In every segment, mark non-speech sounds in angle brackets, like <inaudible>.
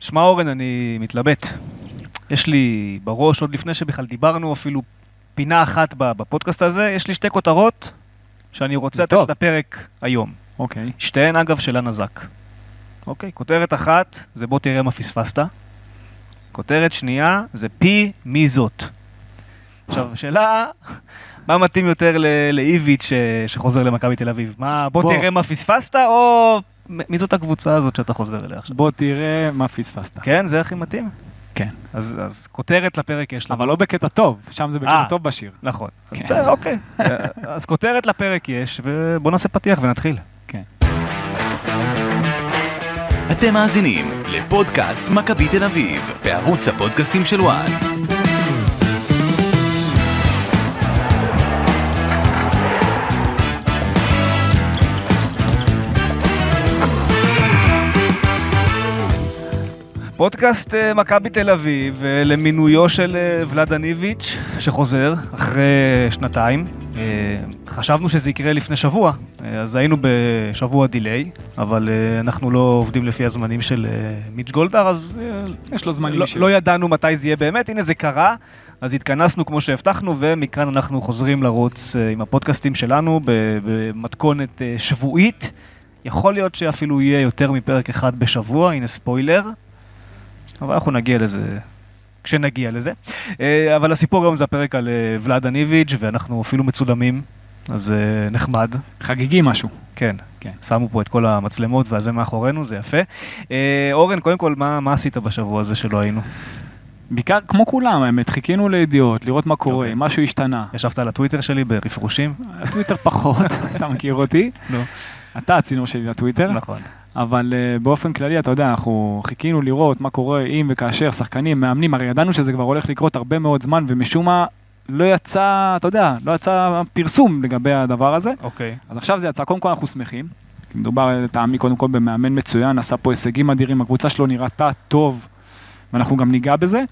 שמע אורן, אני מתלבט. יש לי בראש, עוד לפני שבכלל דיברנו אפילו פינה אחת בפודקאסט הזה, יש לי שתי כותרות שאני רוצה לתת טוב. את הפרק היום. אוקיי. שתיהן אגב של הנזק. אוקיי, כותרת אחת זה בוא תראה מה פספסת. כותרת שנייה זה פי מי זאת. עכשיו, השאלה, מה מתאים יותר ל- לאיביץ' ש- שחוזר למכבי תל אביב? מה, בוא, בוא. בוא תראה מה פספסת, או מ- מי זאת הקבוצה הזאת שאתה חוזר אליה עכשיו? בוא תראה מה פספסת. כן, זה הכי מתאים? כן. אז, אז כותרת לפרק יש לנו. אבל לא בקטע טוב, שם זה בקטע אה. טוב בשיר. נכון. אז כן. בסדר, <laughs> אוקיי. אז כותרת לפרק יש, ובוא נעשה פתיח ונתחיל. כן. אתם מאזינים לפודקאסט מכבי תל אביב, בערוץ הפודקאסטים של וואן. פודקאסט אה, מכבי תל אביב אה, למינויו של אה, ולאדן איביץ', שחוזר אחרי שנתיים. אה, חשבנו שזה יקרה לפני שבוע, אה, אז היינו בשבוע דיליי, אבל אה, אנחנו לא עובדים לפי הזמנים של אה, מיץ' גולדהר, אז אה, יש לו זמנים לא, משלו. לא ידענו מתי זה יהיה באמת, הנה זה קרה, אז התכנסנו כמו שהבטחנו, ומכאן אנחנו חוזרים לרוץ אה, עם הפודקאסטים שלנו ב- במתכונת אה, שבועית. יכול להיות שאפילו יהיה יותר מפרק אחד בשבוע, הנה ספוילר, אבל אנחנו נגיע לזה כשנגיע לזה. אה, אבל הסיפור היום זה הפרק על אה, ולאדן איביץ', ואנחנו אפילו מצולמים, אז אה, נחמד. חגיגי משהו. כן, כן. שמו פה את כל המצלמות והזה מאחורינו, זה יפה. אה, אורן, קודם כל, מה, מה עשית בשבוע הזה שלא היינו? בעיקר כמו כולם, האמת, חיכינו לידיעות, לראות מה קורה, אוקיי. משהו השתנה. ישבת על הטוויטר שלי ברפרושים? הטוויטר פחות, <laughs> אתה מכיר אותי. נו. אתה הצינור שלי לטוויטר. לא. נכון. אבל אה, באופן כללי, אתה יודע, אנחנו חיכינו לראות מה קורה אם וכאשר שחקנים, מאמנים, הרי ידענו שזה כבר הולך לקרות הרבה מאוד זמן, ומשום מה לא יצא, אתה יודע, לא יצא פרסום לגבי הדבר הזה. אוקיי. אז עכשיו זה יצא, קודם כל אנחנו שמחים. כי מדובר לטעמי קודם כל במאמן מצוין, עשה פה הישגים אדירים, הקבוצה שלו נראתה טוב, ואנחנו גם ניגע בזה.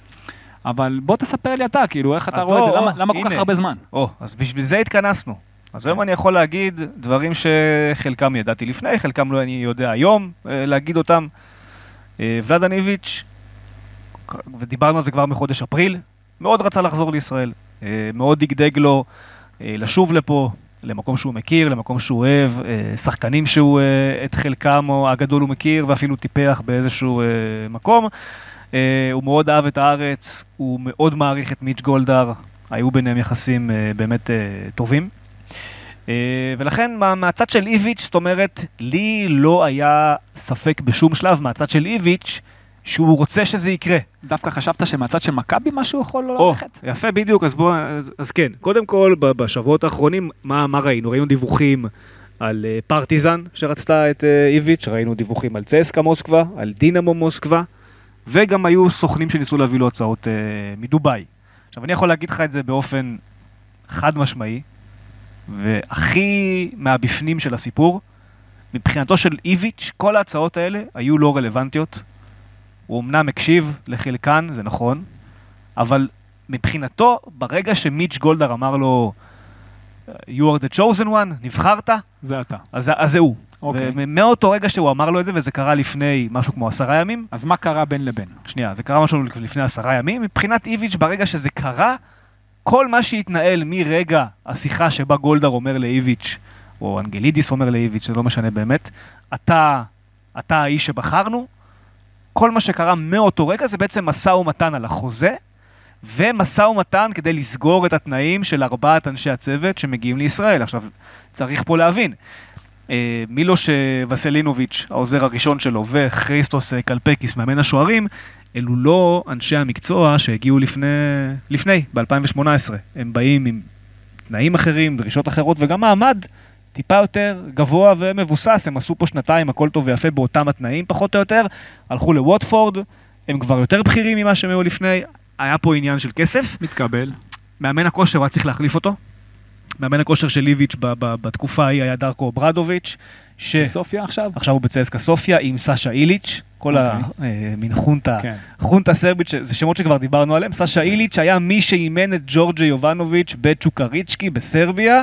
אבל בוא תספר לי אתה, כאילו, איך אתה אז רואה את או, זה, למה- או, למה כל כך הנה. הרבה זמן? נכון. או, אז בשביל זה התכנסנו. אז היום אני יכול להגיד דברים שחלקם ידעתי לפני, חלקם לא אני יודע היום, אה, להגיד אותם. אה, ולאדן איביץ', ודיברנו על זה כבר מחודש אפריל, מאוד רצה לחזור לישראל. אה, מאוד דגדג לו אה, לשוב לפה, למקום שהוא מכיר, למקום שהוא אוהב, אה, שחקנים שהוא אה, את חלקם או הגדול הוא מכיר ואפילו טיפח באיזשהו אה, מקום. אה, הוא מאוד אהב את הארץ, הוא מאוד מעריך את מיץ' גולדהר, היו ביניהם יחסים אה, באמת אה, טובים. אה, ולכן מה, מהצד של איביץ', זאת אומרת, לי לא היה ספק בשום שלב מהצד של איביץ' שהוא רוצה שזה יקרה. דווקא חשבת שמהצד של מכבי משהו יכול לא או, ללכת? יפה בדיוק, אז בוא, אז, אז כן, קודם כל ב- בשבועות האחרונים, מה, מה ראינו? ראינו דיווחים על אה, פרטיזן שרצתה את אה, איביץ', ראינו דיווחים על צסקה מוסקבה, על דינמו מוסקבה, וגם היו סוכנים שניסו להביא לו הצעות אה, מדובאי. עכשיו אני יכול להגיד לך את זה באופן חד משמעי, והכי מהבפנים של הסיפור, מבחינתו של איביץ', כל ההצעות האלה היו לא רלוונטיות. הוא אמנם הקשיב לחלקן, זה נכון, אבל מבחינתו, ברגע שמיץ' גולדהר אמר לו, You are the chosen one, נבחרת, זה אתה. אז, אז זה הוא. אוקיי. ומאותו רגע שהוא אמר לו את זה, וזה קרה לפני משהו כמו עשרה ימים, אז מה קרה בין לבין? שנייה, זה קרה משהו לפני עשרה ימים, מבחינת איביץ', ברגע שזה קרה, כל מה שהתנהל מרגע השיחה שבה גולדהר אומר לאיביץ', או אנגלידיס אומר לאיביץ', זה לא משנה באמת, אתה, אתה האיש שבחרנו, כל מה שקרה מאותו רגע זה בעצם משא ומתן על החוזה, ומשא ומתן כדי לסגור את התנאים של ארבעת אנשי הצוות שמגיעים לישראל. עכשיו, צריך פה להבין, אה, מילוש אה, וסלינוביץ', העוזר הראשון שלו, וכריסטוס אה, קלפקיס, מאמן השוערים, אלו לא אנשי המקצוע שהגיעו לפני, לפני ב-2018. הם באים עם תנאים אחרים, דרישות אחרות, וגם מעמד טיפה יותר גבוה ומבוסס. הם עשו פה שנתיים, הכל טוב ויפה באותם התנאים, פחות או יותר. הלכו לווטפורד, הם כבר יותר בכירים ממה שהם היו לפני. היה פה עניין של כסף. מתקבל. מאמן הכושר, הוא היה צריך להחליף אותו. מאמן הכושר של איביץ' ב- ב- בתקופה ההיא היה דרקו ברדוביץ', שעכשיו סופיה עכשיו? הוא בצסקה סופיה עם סאשה איליץ', כל אוקיי. המין חונטה, כן. חונטה סרביץ', זה שמות שכבר דיברנו עליהם, סאשה איליץ' היה מי שאימן את ג'ורג'ה יובנוביץ' בצ'וקריצ'קי בסרביה,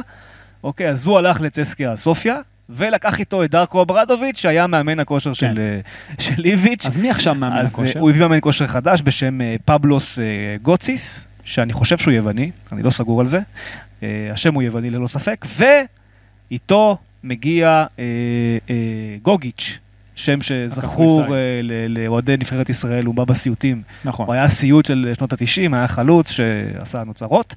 אוקיי, אז הוא הלך לצסקה סופיה, ולקח איתו את דארקו אברדוביץ', שהיה מאמן הכושר של, אה, של איביץ'. כן. אז מי עכשיו מאמן אז, הכושר? אה, הוא הביא מאמן כושר חדש בשם אה, פבלוס אה, גוציס, שאני חושב שהוא יווני, אני לא סגור על זה. אה, השם הוא יווני ללא ספק, ואיתו מגיע אה, אה, גוגיץ', שם הקפריסאי. שזכור אה, ל- לאוהדי נבחרת ישראל, הוא בא בסיוטים. נכון. הוא היה סיוט של שנות ה-90, היה חלוץ שעשה נוצרות.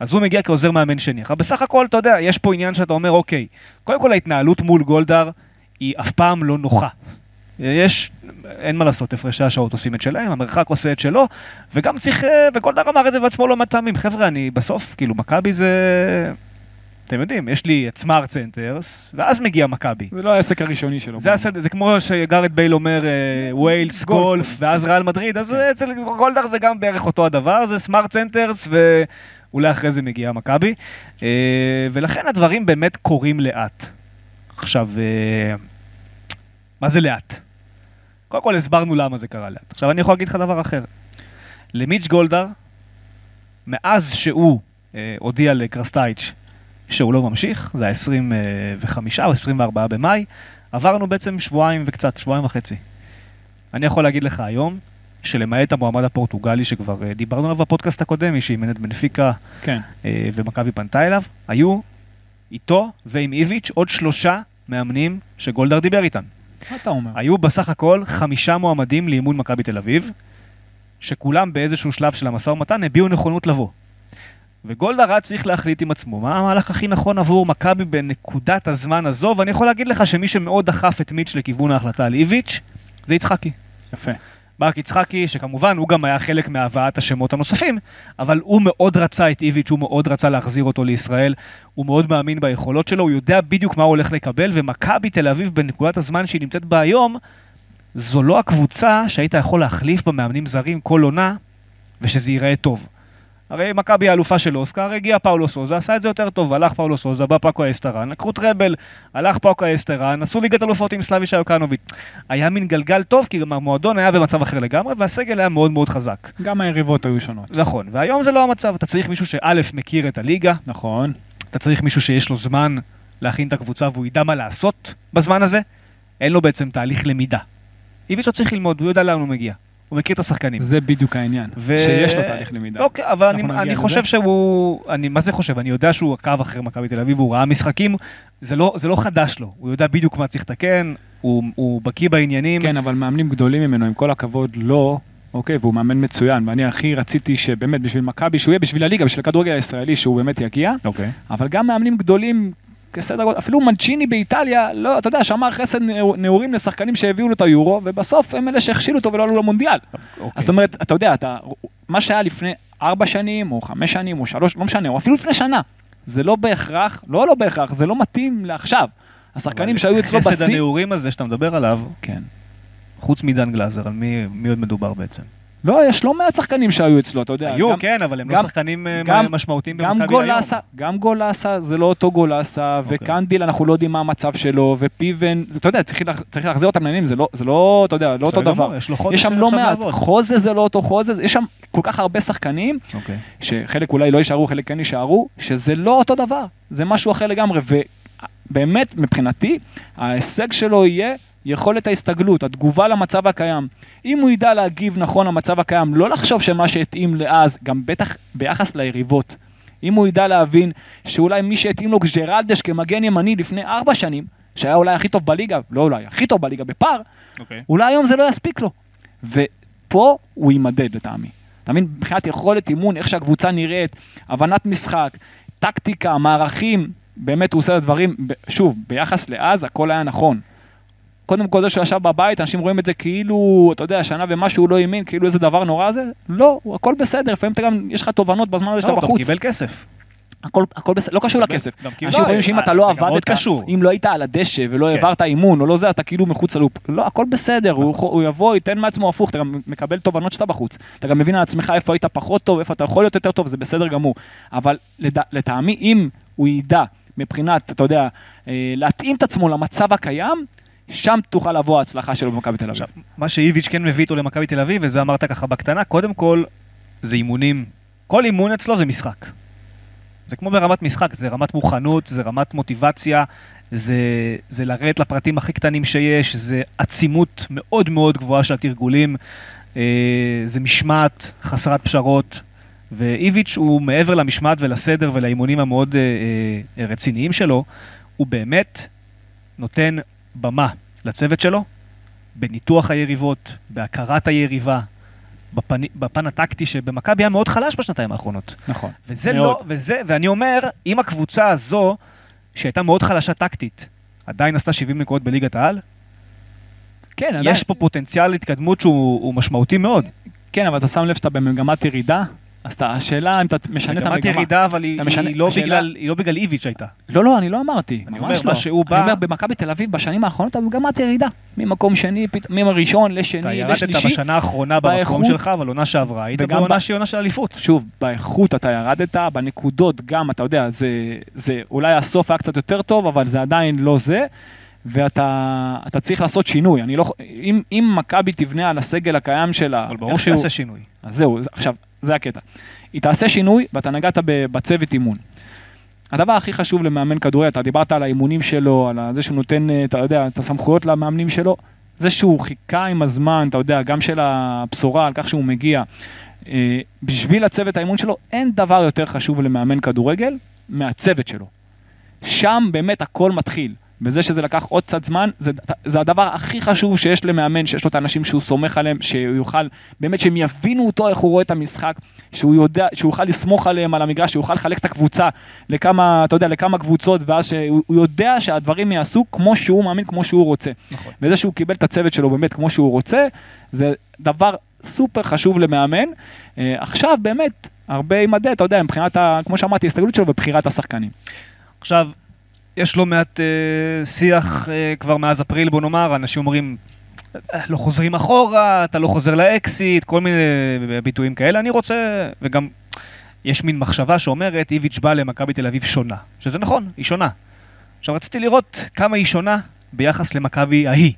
אז הוא מגיע כעוזר מאמן שני. אבל בסך הכל, אתה יודע, יש פה עניין שאתה אומר, אוקיי, קודם כל ההתנהלות מול גולדהר היא אף פעם לא נוחה. יש, אין מה לעשות, הפרשי השעות עושים את שלהם, המרחק עושה את שלו, וגם צריך, אה, וגולדהר אמר את זה בעצמו לא מעט פעמים, חבר'ה, אני בסוף, כאילו, מכבי זה... אתם יודעים, יש לי את סמארט סנטרס, ואז מגיע מכבי. זה לא העסק הראשוני שלו. זה, הסד... זה כמו שגארד בייל אומר אה, ווילס, גולף. גולף, ואז ריאל מדריד, אז כן. אצל גולדהר זה גם בערך אותו הדבר, זה סמארט סנטרס, ואולי אחרי זה מגיעה מכבי. אה, ולכן הדברים באמת קורים לאט. עכשיו, אה, מה זה לאט? קודם כל הסברנו למה זה קרה לאט. עכשיו אני יכול להגיד לך דבר אחר. למיץ' גולדהר, מאז שהוא אה, הודיע לקרסטייץ' שהוא לא ממשיך, זה ה-25 או 24 במאי, עברנו בעצם שבועיים וקצת, שבועיים וחצי. אני יכול להגיד לך היום, שלמעט המועמד הפורטוגלי שכבר אה, דיברנו עליו בפודקאסט הקודם, מי שאימן את בנפיקה כן. אה, ומכבי פנתה אליו, היו איתו ועם איביץ' עוד שלושה מאמנים שגולדהר דיבר איתם. מה אתה אומר? היו בסך הכל חמישה מועמדים לאימון מכבי תל אביב, שכולם באיזשהו שלב של המשא ומתן הביעו נכונות לבוא. וגולדהר היה צריך להחליט עם עצמו מה המהלך הכי נכון עבור מכבי בנקודת הזמן הזו, ואני יכול להגיד לך שמי שמאוד דחף את מיץ' לכיוון ההחלטה על איביץ', זה יצחקי. יפה. ברק יצחקי, שכמובן הוא גם היה חלק מהבאת השמות הנוספים, אבל הוא מאוד רצה את איביץ', הוא מאוד רצה להחזיר אותו לישראל, הוא מאוד מאמין ביכולות שלו, הוא יודע בדיוק מה הוא הולך לקבל, ומכבי תל אביב בנקודת הזמן שהיא נמצאת בה היום, זו לא הקבוצה שהיית יכול להחליף במאמנים זרים כל עונה, ושזה ייראה טוב. הרי מכבי האלופה של אוסקר, הגיע פאולו סוזה, עשה את זה יותר טוב, הלך פאולו סוזה, בא פאקו אסטרן, לקחו טראבל, הלך פאקו אסטרן, עשו ליגת אלופות עם סלאבי שיוקנוביץ'. היה מין גלגל טוב, כי גם המועדון היה במצב אחר לגמרי, והסגל היה מאוד מאוד חזק. גם היריבות היו שונות. נכון, והיום זה לא המצב, אתה צריך מישהו שא' מכיר את הליגה, נכון. אתה צריך מישהו שיש לו זמן להכין את הקבוצה והוא ידע מה לעשות בזמן הזה, אין לו בעצם תהליך למידה. איביץ' לא צריך ללמוד, הוא יודע לאן הוא מגיע, הוא מכיר את השחקנים. זה בדיוק העניין. ו- שיש לו תהליך למידה. לא, כן, אבל אני, אנחנו נגיע אני לזה. חושב שהוא... אני, מה זה חושב? אני יודע שהוא עקב אחרי מכבי תל אביב, הוא ראה משחקים, זה לא, זה לא חדש לו, הוא יודע בדיוק מה צריך לתקן, הוא, הוא בקיא בעניינים. כן, אבל מאמנים גדולים ממנו, עם כל הכבוד, לא. אוקיי, והוא מאמן מצוין, ואני הכי רציתי שבאמת בשביל מכבי, שהוא יהיה בשביל הליגה, בשביל הכדורגל הישראלי, שהוא באמת יגיע, אוקיי. אבל גם מאמנים גדולים, כסדר גודל, אפילו מנצ'יני באיטליה, לא, אתה יודע, שמר חסד נעור- נעורים לשחקנים שהביאו לו את היורו, ובסוף הם אלה שהכשילו אותו ולא עלו למונדיאל. אוקיי. אז זאת אומרת, אתה יודע, אתה, מה שהיה לפני ארבע שנים, או חמש שנים, או שלוש, לא משנה, או אפילו לפני שנה, זה לא בהכרח, לא לא בהכרח, זה לא מתאים לעכשיו. השחקנים שהיו אצלו חסד בשיא... הנעורים הזה שאתה מדבר עליו, כן. חוץ מדן גלאזר, על מי, מי עוד מדובר בעצם? לא, יש לא מעט שחקנים שהיו אצלו, אתה יודע. היו, גם- כן, אבל הם לא גם- שחקנים אה, גם- משמעותיים במכבי היום. גם גולסה, גם גולסה זה לא אותו גולסה, אוקיי. וקנדיל אנחנו לא יודעים מה המצב שלו, ופיבן, זה- אתה יודע, צריך להח- צריך להחזיר אותם לעניינים, זה לא- זה לא, אתה יודע, לא אותו בסדר גמור, דבר. יש לו חודש יש שם לא עכשיו מעט, לעבוד. חוזה זה לא אותו חוזה, זה- יש שם כל כך הרבה שחקנים, אוקיי. שחלק אולי לא יישארו, חלק כן יישארו, שזה לא אותו דבר, זה משהו אחר לגמרי, ובאמת, מבחינתי, ההישג שלו יהיה יכולת ההסתגלות, התגובה למצב הקיים. אם הוא ידע להגיב נכון למצב הקיים, לא לחשוב שמה שהתאים לאז, גם בטח ביחס ליריבות. אם הוא ידע להבין שאולי מי שהתאים לו ג'רלדש כמגן ימני לפני ארבע שנים, שהיה אולי הכי טוב בליגה, לא אולי, הכי טוב בליגה בפער, אוקיי. אולי היום זה לא יספיק לו. ופה הוא יימדד לטעמי. אתה מבין? מבחינת יכולת אימון, איך שהקבוצה נראית, הבנת משחק, טקטיקה, מערכים, באמת הוא עושה את הדברים, ב- שוב, ביחס לאז הכל היה נכון. קודם כל זה שהוא ישב בבית, אנשים רואים את זה כאילו, אתה יודע, שנה ומשהו הוא לא האמין, כאילו איזה דבר נורא זה, לא, הוא- הכל בסדר, לפעמים אתה גם, יש לך תובנות בזמן הזה שאתה לא, הוא גם בחוץ. קיבל כסף. הכל, הכל בסדר, לא קשור לכסף. גם קיבל- אנשים חושבים שאם אה, אתה לא זה גם מאוד עבדת, קשור. אם לא היית על הדשא ולא כן. העברת אימון או לא זה, אתה כאילו מחוץ ללופ. לא, הכל בסדר, הוא הוא יבוא, ייתן מעצמו הפוך, אתה גם מקבל תובנות שאתה בחוץ. אתה גם מבין על עצמך איפה היית פחות טוב, איפה אתה יכול להיות יותר טוב, זה בסדר גמור. אבל לד- לטעמי, אם הוא ידע מבחינת, אתה יודע, אה, להתאים את עצמו למצב הקיים, שם תוכל לבוא ההצלחה שלו במכבי תל אביב. עכשיו, מה שאיביץ' כן מביא איתו למכבי תל אביב, וזה אמרת ככה בקטנה, קודם כל, זה אימונים. כל אימון אצלו זה משחק. זה כמו ברמת משחק, זה רמת מוכנות, זה רמת מוטיבציה, זה, זה לרדת לפרטים הכי קטנים שיש, זה עצימות מאוד מאוד גבוהה של התרגולים, אה, זה משמעת חסרת פשרות, ואיביץ' הוא מעבר למשמעת ולסדר ולאימונים המאוד אה, אה, רציניים שלו, הוא באמת נותן במה לצוות שלו, בניתוח היריבות, בהכרת היריבה, בפן, בפן הטקטי שבמכבי היה מאוד חלש בשנתיים האחרונות. נכון. וזה מאוד. לא, וזה, ואני אומר, אם הקבוצה הזו, שהייתה מאוד חלשה טקטית, עדיין עשתה 70 נקודות בליגת העל, כן, עדיין- יש פה פוטנציאל התקדמות שהוא הוא משמעותי מאוד. כן, אבל אתה שם לב שאתה במגמת ירידה, אז אתה- השאלה אם אתה משנה את מגמת המגמה. ירידה, אבל היא אתה משנה- היא לא השאלה- בגלל- היא לא בגלל איביץ' הייתה. לא, לא, אני לא אמרתי, אני ממש אומר, לא. מה שהוא בא- אני אומר, במכבי תל אביב בשנים האחרונות אתה במגמת ירידה. ממקום שני, פת- מהראשון אתה לשני, ירדת לשלישי. בשנה האחרונה במקום באיכות. שלך, אבל עונה שעברה, היית וגם בעונה ב- שהיא עונה של אליפות. שוב, באיכות אתה ירדת, בנקודות גם, אתה יודע, זה, זה אולי הסוף היה קצת יותר טוב, אבל זה עדיין לא זה, ואתה אתה צריך לעשות שינוי. אני לא, ח- אם, אם מכבי תבנה על הסגל הקיים שלה, אבל ברור איכשהו- שהוא עושה שינוי. אז זהו, זה- עכשיו, זה הקטע. היא תעשה שינוי, ואתה נגעת ב- בצוות אימון. הדבר הכי חשוב למאמן כדורגל, אתה דיברת על האימונים שלו, על ה- זה שהוא נותן, אה, אתה יודע, את הסמכויות למאמנים שלו, זה שהוא חיכה עם הזמן, אתה יודע, גם של הבשורה, על כך שהוא מגיע. אה, בשביל הצוות האימון שלו, אין דבר יותר חשוב למאמן כדורגל מהצוות שלו. שם באמת הכל מתחיל. וזה שזה לקח עוד קצת זמן, זה, זה הדבר הכי חשוב שיש למאמן, שיש לו את האנשים שהוא סומך עליהם, שהוא יוכל, באמת שהם יבינו אותו איך הוא רואה את המשחק, שהוא יודע, שהוא יוכל לסמוך עליהם על המגרש, שהוא יוכל לחלק את הקבוצה לכמה, אתה יודע, לכמה קבוצות, ואז שהוא הוא יודע שהדברים יעשו כמו שהוא מאמין, כמו שהוא רוצה. נכון. וזה שהוא קיבל את הצוות שלו באמת כמו שהוא רוצה, זה דבר סופר חשוב למאמן. אה, עכשיו באמת, הרבה יימדד, אתה יודע, מבחינת, ה, כמו שאמרתי, ההסתגלות שלו ובחירת השחקנים. עכשיו, יש לא מעט אה, שיח אה, כבר מאז אפריל, בוא נאמר, אנשים אומרים, "אה, לא חוזרים אחורה, אתה לא חוזר לאקסיט, כל מיני אה, ביטויים כאלה. אני רוצה, וגם יש מין מחשבה שאומרת, איביץ' בא למכבי תל אביב שונה. שזה נכון, היא שונה. עכשיו, רציתי לראות כמה היא שונה ביחס למכבי ההיא,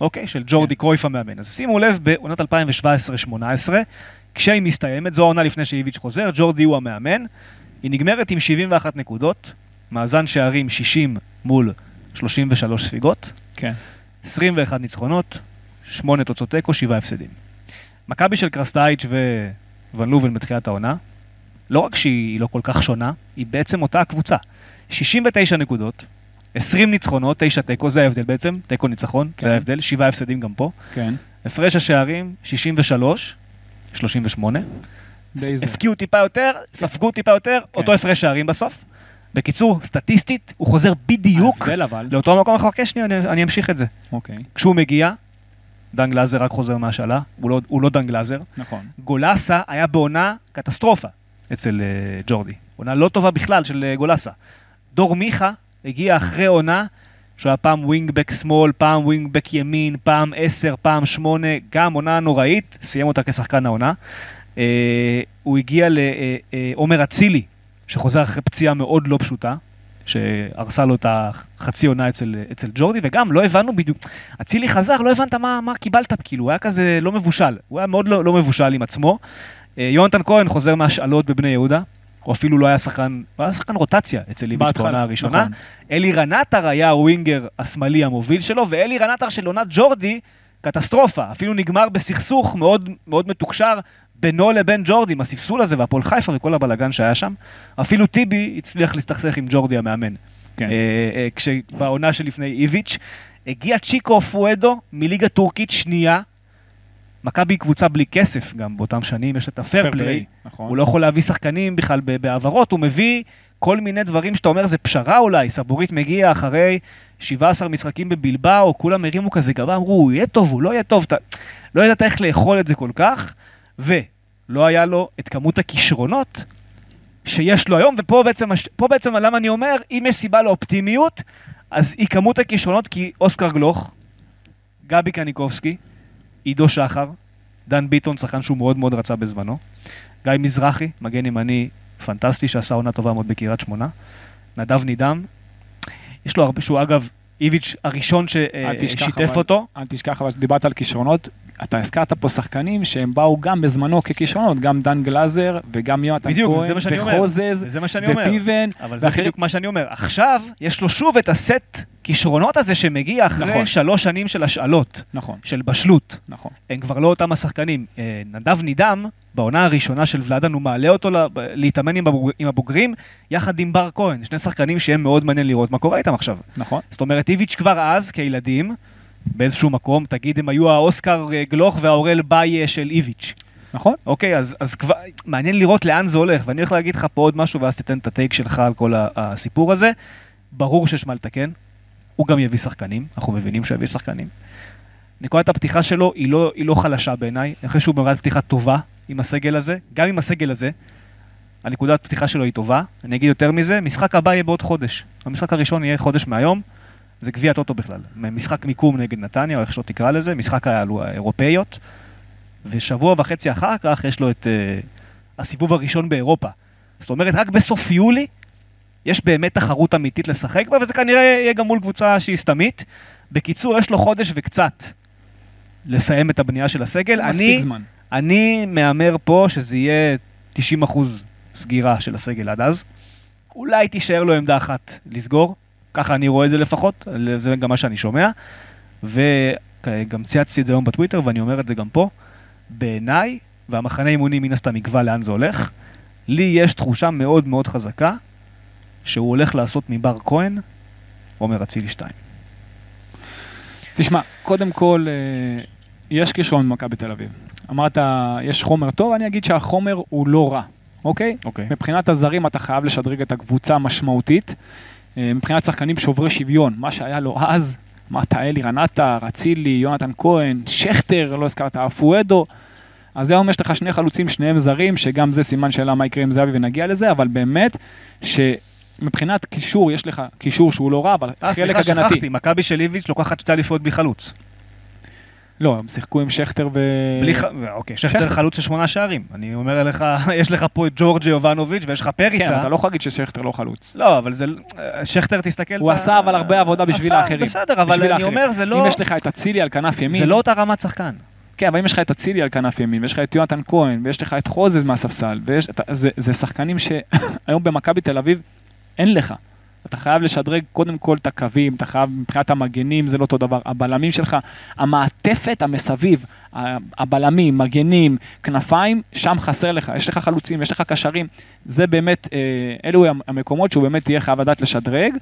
אוקיי? של ג'ורדי קרויף המאמן. אז שימו לב, בעונת 2017-2018, כשהיא מסתיימת, זו העונה לפני שאיביץ' חוזר, ג'ורדי הוא המאמן. היא נגמרת עם 71 נקודות, מאזן שערים 60 מול 33 ספיגות, כן. 21 ניצחונות, 8 תוצאות תיקו, 7 הפסדים. מכבי של קרסטייץ' וון לובן בתחילת העונה, לא רק שהיא לא כל כך שונה, היא בעצם אותה הקבוצה. 69 נקודות, 20 ניצחונות, 9 תיקו, זה ההבדל בעצם, תיקו ניצחון, כן. זה ההבדל, 7 הפסדים גם פה. כן. הפרש השערים, 63, 38. די זה. הפקיעו טיפה יותר, ספגו טיפה יותר, כן. אותו הפרש שערים בסוף. בקיצור, סטטיסטית, הוא חוזר בדיוק ההבדל אבל, לאותו מקום, חכה שנייה, אני- אני אמשיך את זה. אוקיי, כשהוא מגיע, דן גלאזר רק חוזר מהשאלה, הוא לא- הוא לא דן גלאזר. נכון. גולסה היה בעונה קטסטרופה אצל אה, ג'ורדי. עונה לא טובה בכלל של אה, גולסה. דור מיכה הגיע אחרי עונה שהוא היה פעם ווינגבק שמאל, פעם ווינגבק ימין, פעם עשר, פעם שמונה, גם עונה נוראית, סיים אותה כשחקן העונה. אה, הוא הגיע לעומר אצילי, שחוזר אחרי פציעה מאוד לא פשוטה. שהרסה לו את החצי עונה אצל, אצל ג'ורדי, וגם לא הבנו בדיוק, אצילי חזר, לא הבנת מה, מה קיבלת, כאילו, הוא היה כזה לא מבושל, הוא היה מאוד לא, לא מבושל עם עצמו. אה, יונתן כהן חוזר מהשאלות בבני יהודה, הוא אפילו לא היה שחקן, הוא היה שחקן רוטציה אצל איביץ' בהתחלה, בעונה הראשונה. נכון. אלירן עטר היה הווינגר השמאלי המוביל שלו, ואלירן עטר של עונת ג'ורדי, קטסטרופה. אפילו נגמר בסכסוך מאוד, מאוד מתוקשר בינו לבין ג'ורדי, עם הספסול הזה והפועל חיפה וכל הבלגן שהיה שם. אפילו טיבי הצליח להסתכסך עם ג'ורדי המאמן. כן. אה, אה, כשבעונה שלפני איביץ', הגיע צ'יקו פואדו מליגה טורקית שנייה. מכבי קבוצה בלי כסף גם באותם שנים, יש לה את הפייר פליי. הוא נכון. לא יכול להביא שחקנים בכלל ב- בהעברות, הוא מביא כל מיני דברים שאתה אומר זה פשרה אולי, סבורית מגיע אחרי 17 משחקים בבלבאו, כולם הרימו כזה גבה, אמרו הוא יהיה טוב, הוא לא יהיה טוב, אתה... לא ידעת איך לאכול את זה כל כך, ולא היה לו את כמות הכישרונות שיש לו היום, ופה בעצם, הש- פה בעצם למה אני אומר, אם יש סיבה לאופטימיות, אז היא כמות הכישרונות כי אוסקר גלוך, גבי קניקובסקי, עידו שחר, דן ביטון, שחקן שהוא מאוד מאוד רצה בזמנו, גיא מזרחי, מגן ימני פנטסטי שעשה עונה טובה מאוד בקריית שמונה, נדב נידם, יש לו הרבה, שהוא אגב איביץ' הראשון אל תשכח, ששיתף אבל- אה, אותו. אל תשכח אבל שדיברת על כישרונות, אתה הזכרת פה שחקנים שהם באו גם בזמנו ככישרונות, גם דן גלאזר וגם יונתן בדיוק, כהן, זה מה שאני אומר. וחוזז, זה מה שאני אומר. ופיבן, אבל זה ואחרים. בדיוק מה שאני אומר. עכשיו, יש לו שוב את הסט כישרונות הזה שמגיע נכון. אחרי שלוש שנים של השאלות, נכון, של בשלות. נכון. הם כבר לא אותם השחקנים. אה, נדב נידם, בעונה הראשונה של ולאדן, הוא מעלה אותו ל- להתאמן עם הבוג- עם הבוגרים, יחד עם בר כהן, שני שחקנים שהם מאוד מעניין לראות מה קורה איתם עכשיו. נכון. זאת אומרת, איביץ' כבר אז, כילדים, באיזשהו מקום, תגיד, הם היו האוסקר אה, גלוך והאורל ביי אה, של איביץ'. נכון, אוקיי, אז, אז כבר, מעניין לראות לאן זה הולך, ואני הולך להגיד לך פה עוד משהו, ואז תיתן את הטייק שלך על כל ה- הסיפור הזה. ברור שיש מה לתקן, הוא גם יביא שחקנים, אנחנו מבינים שהוא יביא שחקנים. נקודת הפתיחה שלו היא לא, היא לא חלשה בעיניי, אני חושב שהוא במערכת פתיחה טובה עם הסגל הזה, גם עם הסגל הזה. הנקודת פתיחה שלו היא טובה, אני אגיד יותר מזה, משחק הבא יהיה בעוד חודש. המשחק הראשון יהיה חודש מהיום, זה גביע הטוטו בכלל. משחק מיקום נגד נתניה, או איך שלא תקרא לזה, משחק האלו- האירופאיות. ושבוע וחצי אחר כך יש לו את אה, הסיבוב הראשון באירופה. זאת אומרת, רק בסוף יולי יש באמת תחרות אמיתית לשחק בה, וזה כנראה יהיה גם מול קבוצה שהיא סתמית. בקיצור, יש לו חודש וקצת לסיים את הבנייה של הסגל. אני, מספיק זמן. אני מהמר פה שזה יהיה 90% סגירה של הסגל עד אז. אולי תישאר לו עמדה אחת לסגור, ככה אני רואה את זה לפחות, זה גם מה שאני שומע. וגם צייצתי את זה היום בטוויטר ואני אומר את זה גם פה. בעיניי, והמחנה אימונים מן הסתם יקבע לאן זה הולך, לי יש תחושה מאוד מאוד חזקה שהוא הולך לעשות מבר כהן עומר אצילי 2. תשמע, קודם כל, אה, יש כישרון במכבי תל אביב. אמרת, יש חומר טוב, אני אגיד שהחומר הוא לא רע, אוקיי? אוקיי. מבחינת הזרים אתה חייב לשדרג את הקבוצה משמעותית. אה, מבחינת שחקנים שוברי שוויון, מה שהיה לו אז, אמרת אלירן עטר, אצילי, יונתן כהן, שכטר, לא הזכרת, אפואדו. אז היום יש לך שני חלוצים, שניהם זרים, שגם זה סימן שאלה מה יקרה עם זהבי ונגיע לזה, אבל באמת, שמבחינת קישור, יש לך קישור שהוא לא רע, אבל אה, חלק סליחה, הגנתי. שכחתי, מכבי של איביץ' לוקחת שתי אליפויות בלי חלוץ. לא, הם שיחקו עם שכטר ו... כן, בלי ח... אוקיי, שכטר שכטר. חלוץ של שמונה שערים. אני אומר לך, <laughs> יש לך פה את ג'ורג'י יובנוביץ' ויש לך פריצה. כן, אבל אתה לא יכול להגיד ששכטר לא חלוץ. לא, אבל זה... שכטר תסתכל... הוא ב- עשה אבל הרבה עבודה בשביל עשה, האחרים. בסדר, אבל בשביל אני האחרים. אומר, זה אם לא... יש לך את אצילי על כנף ימין, זה לא אותה רמת שחקן. כן, אבל אם יש לך את אצילי על כנף ימין, ויש לך את יונתן כהן, ויש לך את חוזז מהספסל, ויש... אתה- זה, זה שחקנים <laughs> שהיום במכבי תל אביב אין לך. אתה חייב לשדרג קודם כל את הקווים, אתה חייב מבחינת המגנים, זה לא אותו דבר. הבלמים שלך, המעטפת המסביב, ה- הבלמים, מגנים, כנפיים, שם חסר לך. יש לך חלוצים, יש לך קשרים. זה באמת, אה, אלו המ- המקומות שהוא באמת תהיה חייב לדעת לשדרג.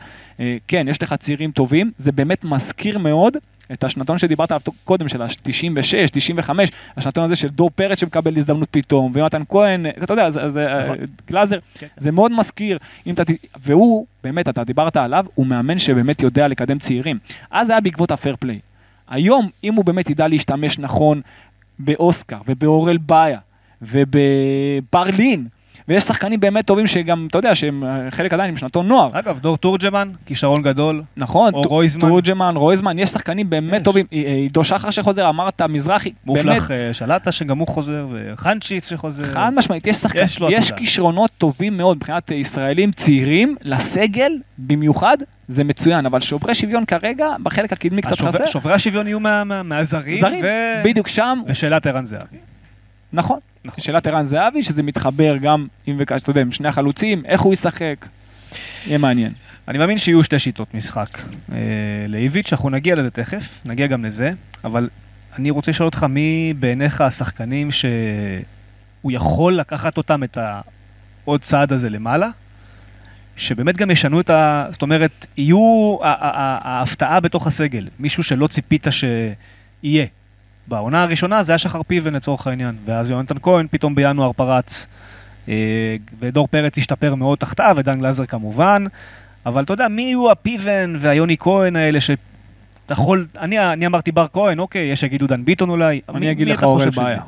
אה, כן, יש לך צעירים טובים, זה באמת מזכיר מאוד את השנתון שדיברת עליו קודם, של ה-96, 95, השנתון הזה של דור פרץ שמקבל הזדמנות פתאום, ויונתן כהן, אה, אתה יודע, זה, זה, אה, נכון. גלאזר, כן. זה מאוד מזכיר, אם אתה, ת- והוא, באמת, אתה דיברת עליו, הוא מאמן שבאמת יודע לקדם צעירים. אז זה היה בעקבות הפייר פליי. היום, אם הוא באמת ידע להשתמש נכון באוסקר ובאורל באיה ובברלין, ויש שחקנים באמת טובים שגם, אתה יודע, שהם אה, חלק עדיין עם שנתון נוער, אגב, דור תורג'מן, כישרון גדול, נכון? או טו- רויזמן, תורג'מן, רויזמן, יש שחקנים באמת יש. טובים, אה, אה, עידו שחר שחוזר, אמרת מזרחי, באמת, מופלח אה, שלטה שגם הוא חוזר, וחנצ'יץ שחוזר. חד משמעית, יש שחקנים, יש לו יש עתודה. כישרונות טובים מאוד מבחינת אה, ישראלים צעירים, לסגל במיוחד, זה מצוין, אבל שוברי שוויון כרגע, בחלק הקדמי קצת השוברי- חסר, שוברי השוויון יהיו מה- מה- מהזרים, זרים, ו- בדיוק שם, ושאלת ערן זהבי. נכון. נכון. שאלת ערן זהבי, שזה מתחבר גם, אם וכאשר, אתה יודע, עם שני החלוצים, איך הוא ישחק, יהיה מעניין. אני מאמין שיהיו שתי שיטות משחק אה, לאיביץ', אנחנו נגיע לזה תכף, נגיע גם לזה, אבל אני רוצה לשאול אותך מי בעיניך השחקנים שהוא יכול לקחת אותם את העוד צעד הזה למעלה, שבאמת גם ישנו את ה... זאת אומרת, יהיו ה- ה- ה- ההפתעה בתוך הסגל, מישהו שלא ציפית שיהיה. בעונה הראשונה זה היה שחר פיבן לצורך העניין, ואז יונתן כהן פתאום בינואר פרץ, אה, ודור פרץ השתפר מאוד תחתיו, ודן גלזר כמובן, אבל אתה יודע, מי יהיו הפיבן והיוני כהן האלה ש... אתה יכול, אני, אני אמרתי בר כהן, אוקיי, יש שיגידו דן ביטון אולי. מי- אני אגיד מי לך אתה חושב אורל שזה? בעיה.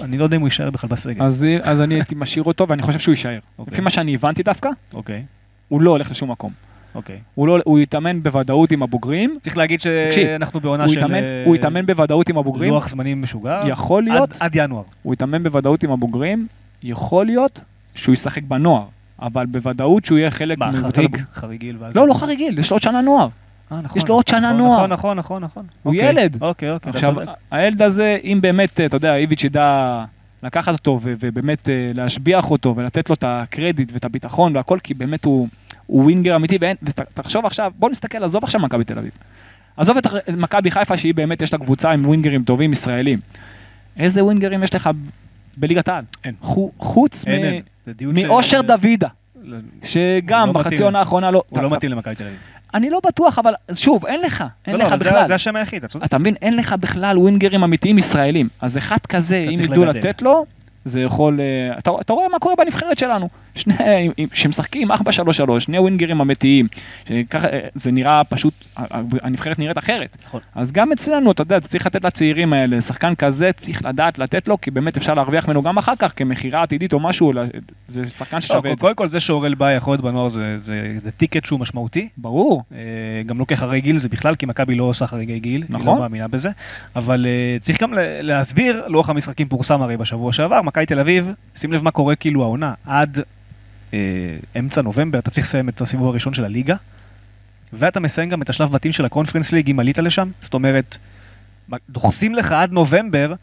אני לא יודע אם הוא יישאר בכלל בסגל. אז אה, אז אני הייתי משאיר אותו, ואני חושב שהוא יישאר. אוקיי. לפי מה שאני הבנתי דווקא, אוקיי, הוא לא הולך לשום מקום. אוקיי. הוא לא- הוא יתאמן בוודאות עם הבוגרים, צריך להגיד שאנחנו בעונה הוא של... יתאמן- אה, הוא יתאמן בוודאות עם הבוגרים, לוח זמנים משוגע. יכול עד- להיות, עד ינואר. הוא יתאמן בוודאות עם הבוגרים, יכול להיות שהוא ישחק בנוער, אבל בוודאות שהוא יהיה חלק מה, מקבוצת חריג? הבוגרים. חריגיל ואז... לא, לא חריגיל, יש לו עוד שנה נוער. אה, נכון. יש לו עוד שנה נכון, נוער. נכון, נכון, נכון, נכון. הוא אוקיי. ילד. אוקיי, אוקיי. אתה עכשיו, צודק. הילד הזה, אם באמת, אתה יודע, איביץ' ידע לקחת אותו ו- ובאמת אה, להשביח אותו ולתת לו את הקרדיט ואת הביטחון והכל, כי באמת הוא, הוא ווינגר אמיתי, ואין- ותחשוב עכשיו, בוא נסתכל, עזוב עכשיו מכבי תל אביב. עזוב את את מכבי חיפה, שהיא באמת, יש לה קבוצה עם ווינגרים טובים, ישראלים. איזה ווינגרים יש לך בליגת העל? אין. חו- חוץ אין, מ- אין. אה, זה דיון ש- מאושר דוידה, לא- שגם לא בחצי מתאים. עונה האחרונה לא... הוא לא מתאים למכבי תל אביב. אני לא בטוח, אבל שוב, אין לך, אין לא, לא, לך אבל זה- בכלל. זה השם היחיד, אתה צודק. אתה מבין, אין לך בכלל ווינגרים אמיתיים ישראלים. אז אחד כזה, אתה אם צריך ידעו לגדל. לתת לו, זה יכול... אה, אתה, אתה רואה מה קורה בנבחרת שלנו. שני... עם- שמשחקים 4-3-3, שני ווינגרים אמיתיים. שככה, אה, זה נראה פשוט... ה- ה- הנבחרת נראית אחרת. נכון. אז גם אצלנו, אתה יודע, אתה צריך לתת לצעירים האלה, שחקן כזה צריך לדעת לתת לו, כי באמת אפשר להרוויח ממנו גם אחר כך, כמכירה עתידית או משהו, ל- זה שחקן לא, ששווה את זה. קודם כל זה שאורל בא יכול להיות בנוער זה- זה זה טיקט שהוא משמעותי. ברור. אה, גם לא כחרי גיל זה בכלל, כי מכבי לא עושה חריגי גיל, היא נכון. לא מאמינה בזה. אבל אה, צריך גם ל- להסביר, לוח המשחקים פורסם הרי בשבוע שעבר, מכבי תל אביב, שים לב מה קורה כאילו העונה, עד אה, אמצע נובמבר אתה צריך לסיים את הסיבוב הראשון של הליגה, ואתה מסיים גם את השלב בתים של הקונפרנס ליג אם עלית לשם, זאת אומרת, דוחסים לך עד נובמבר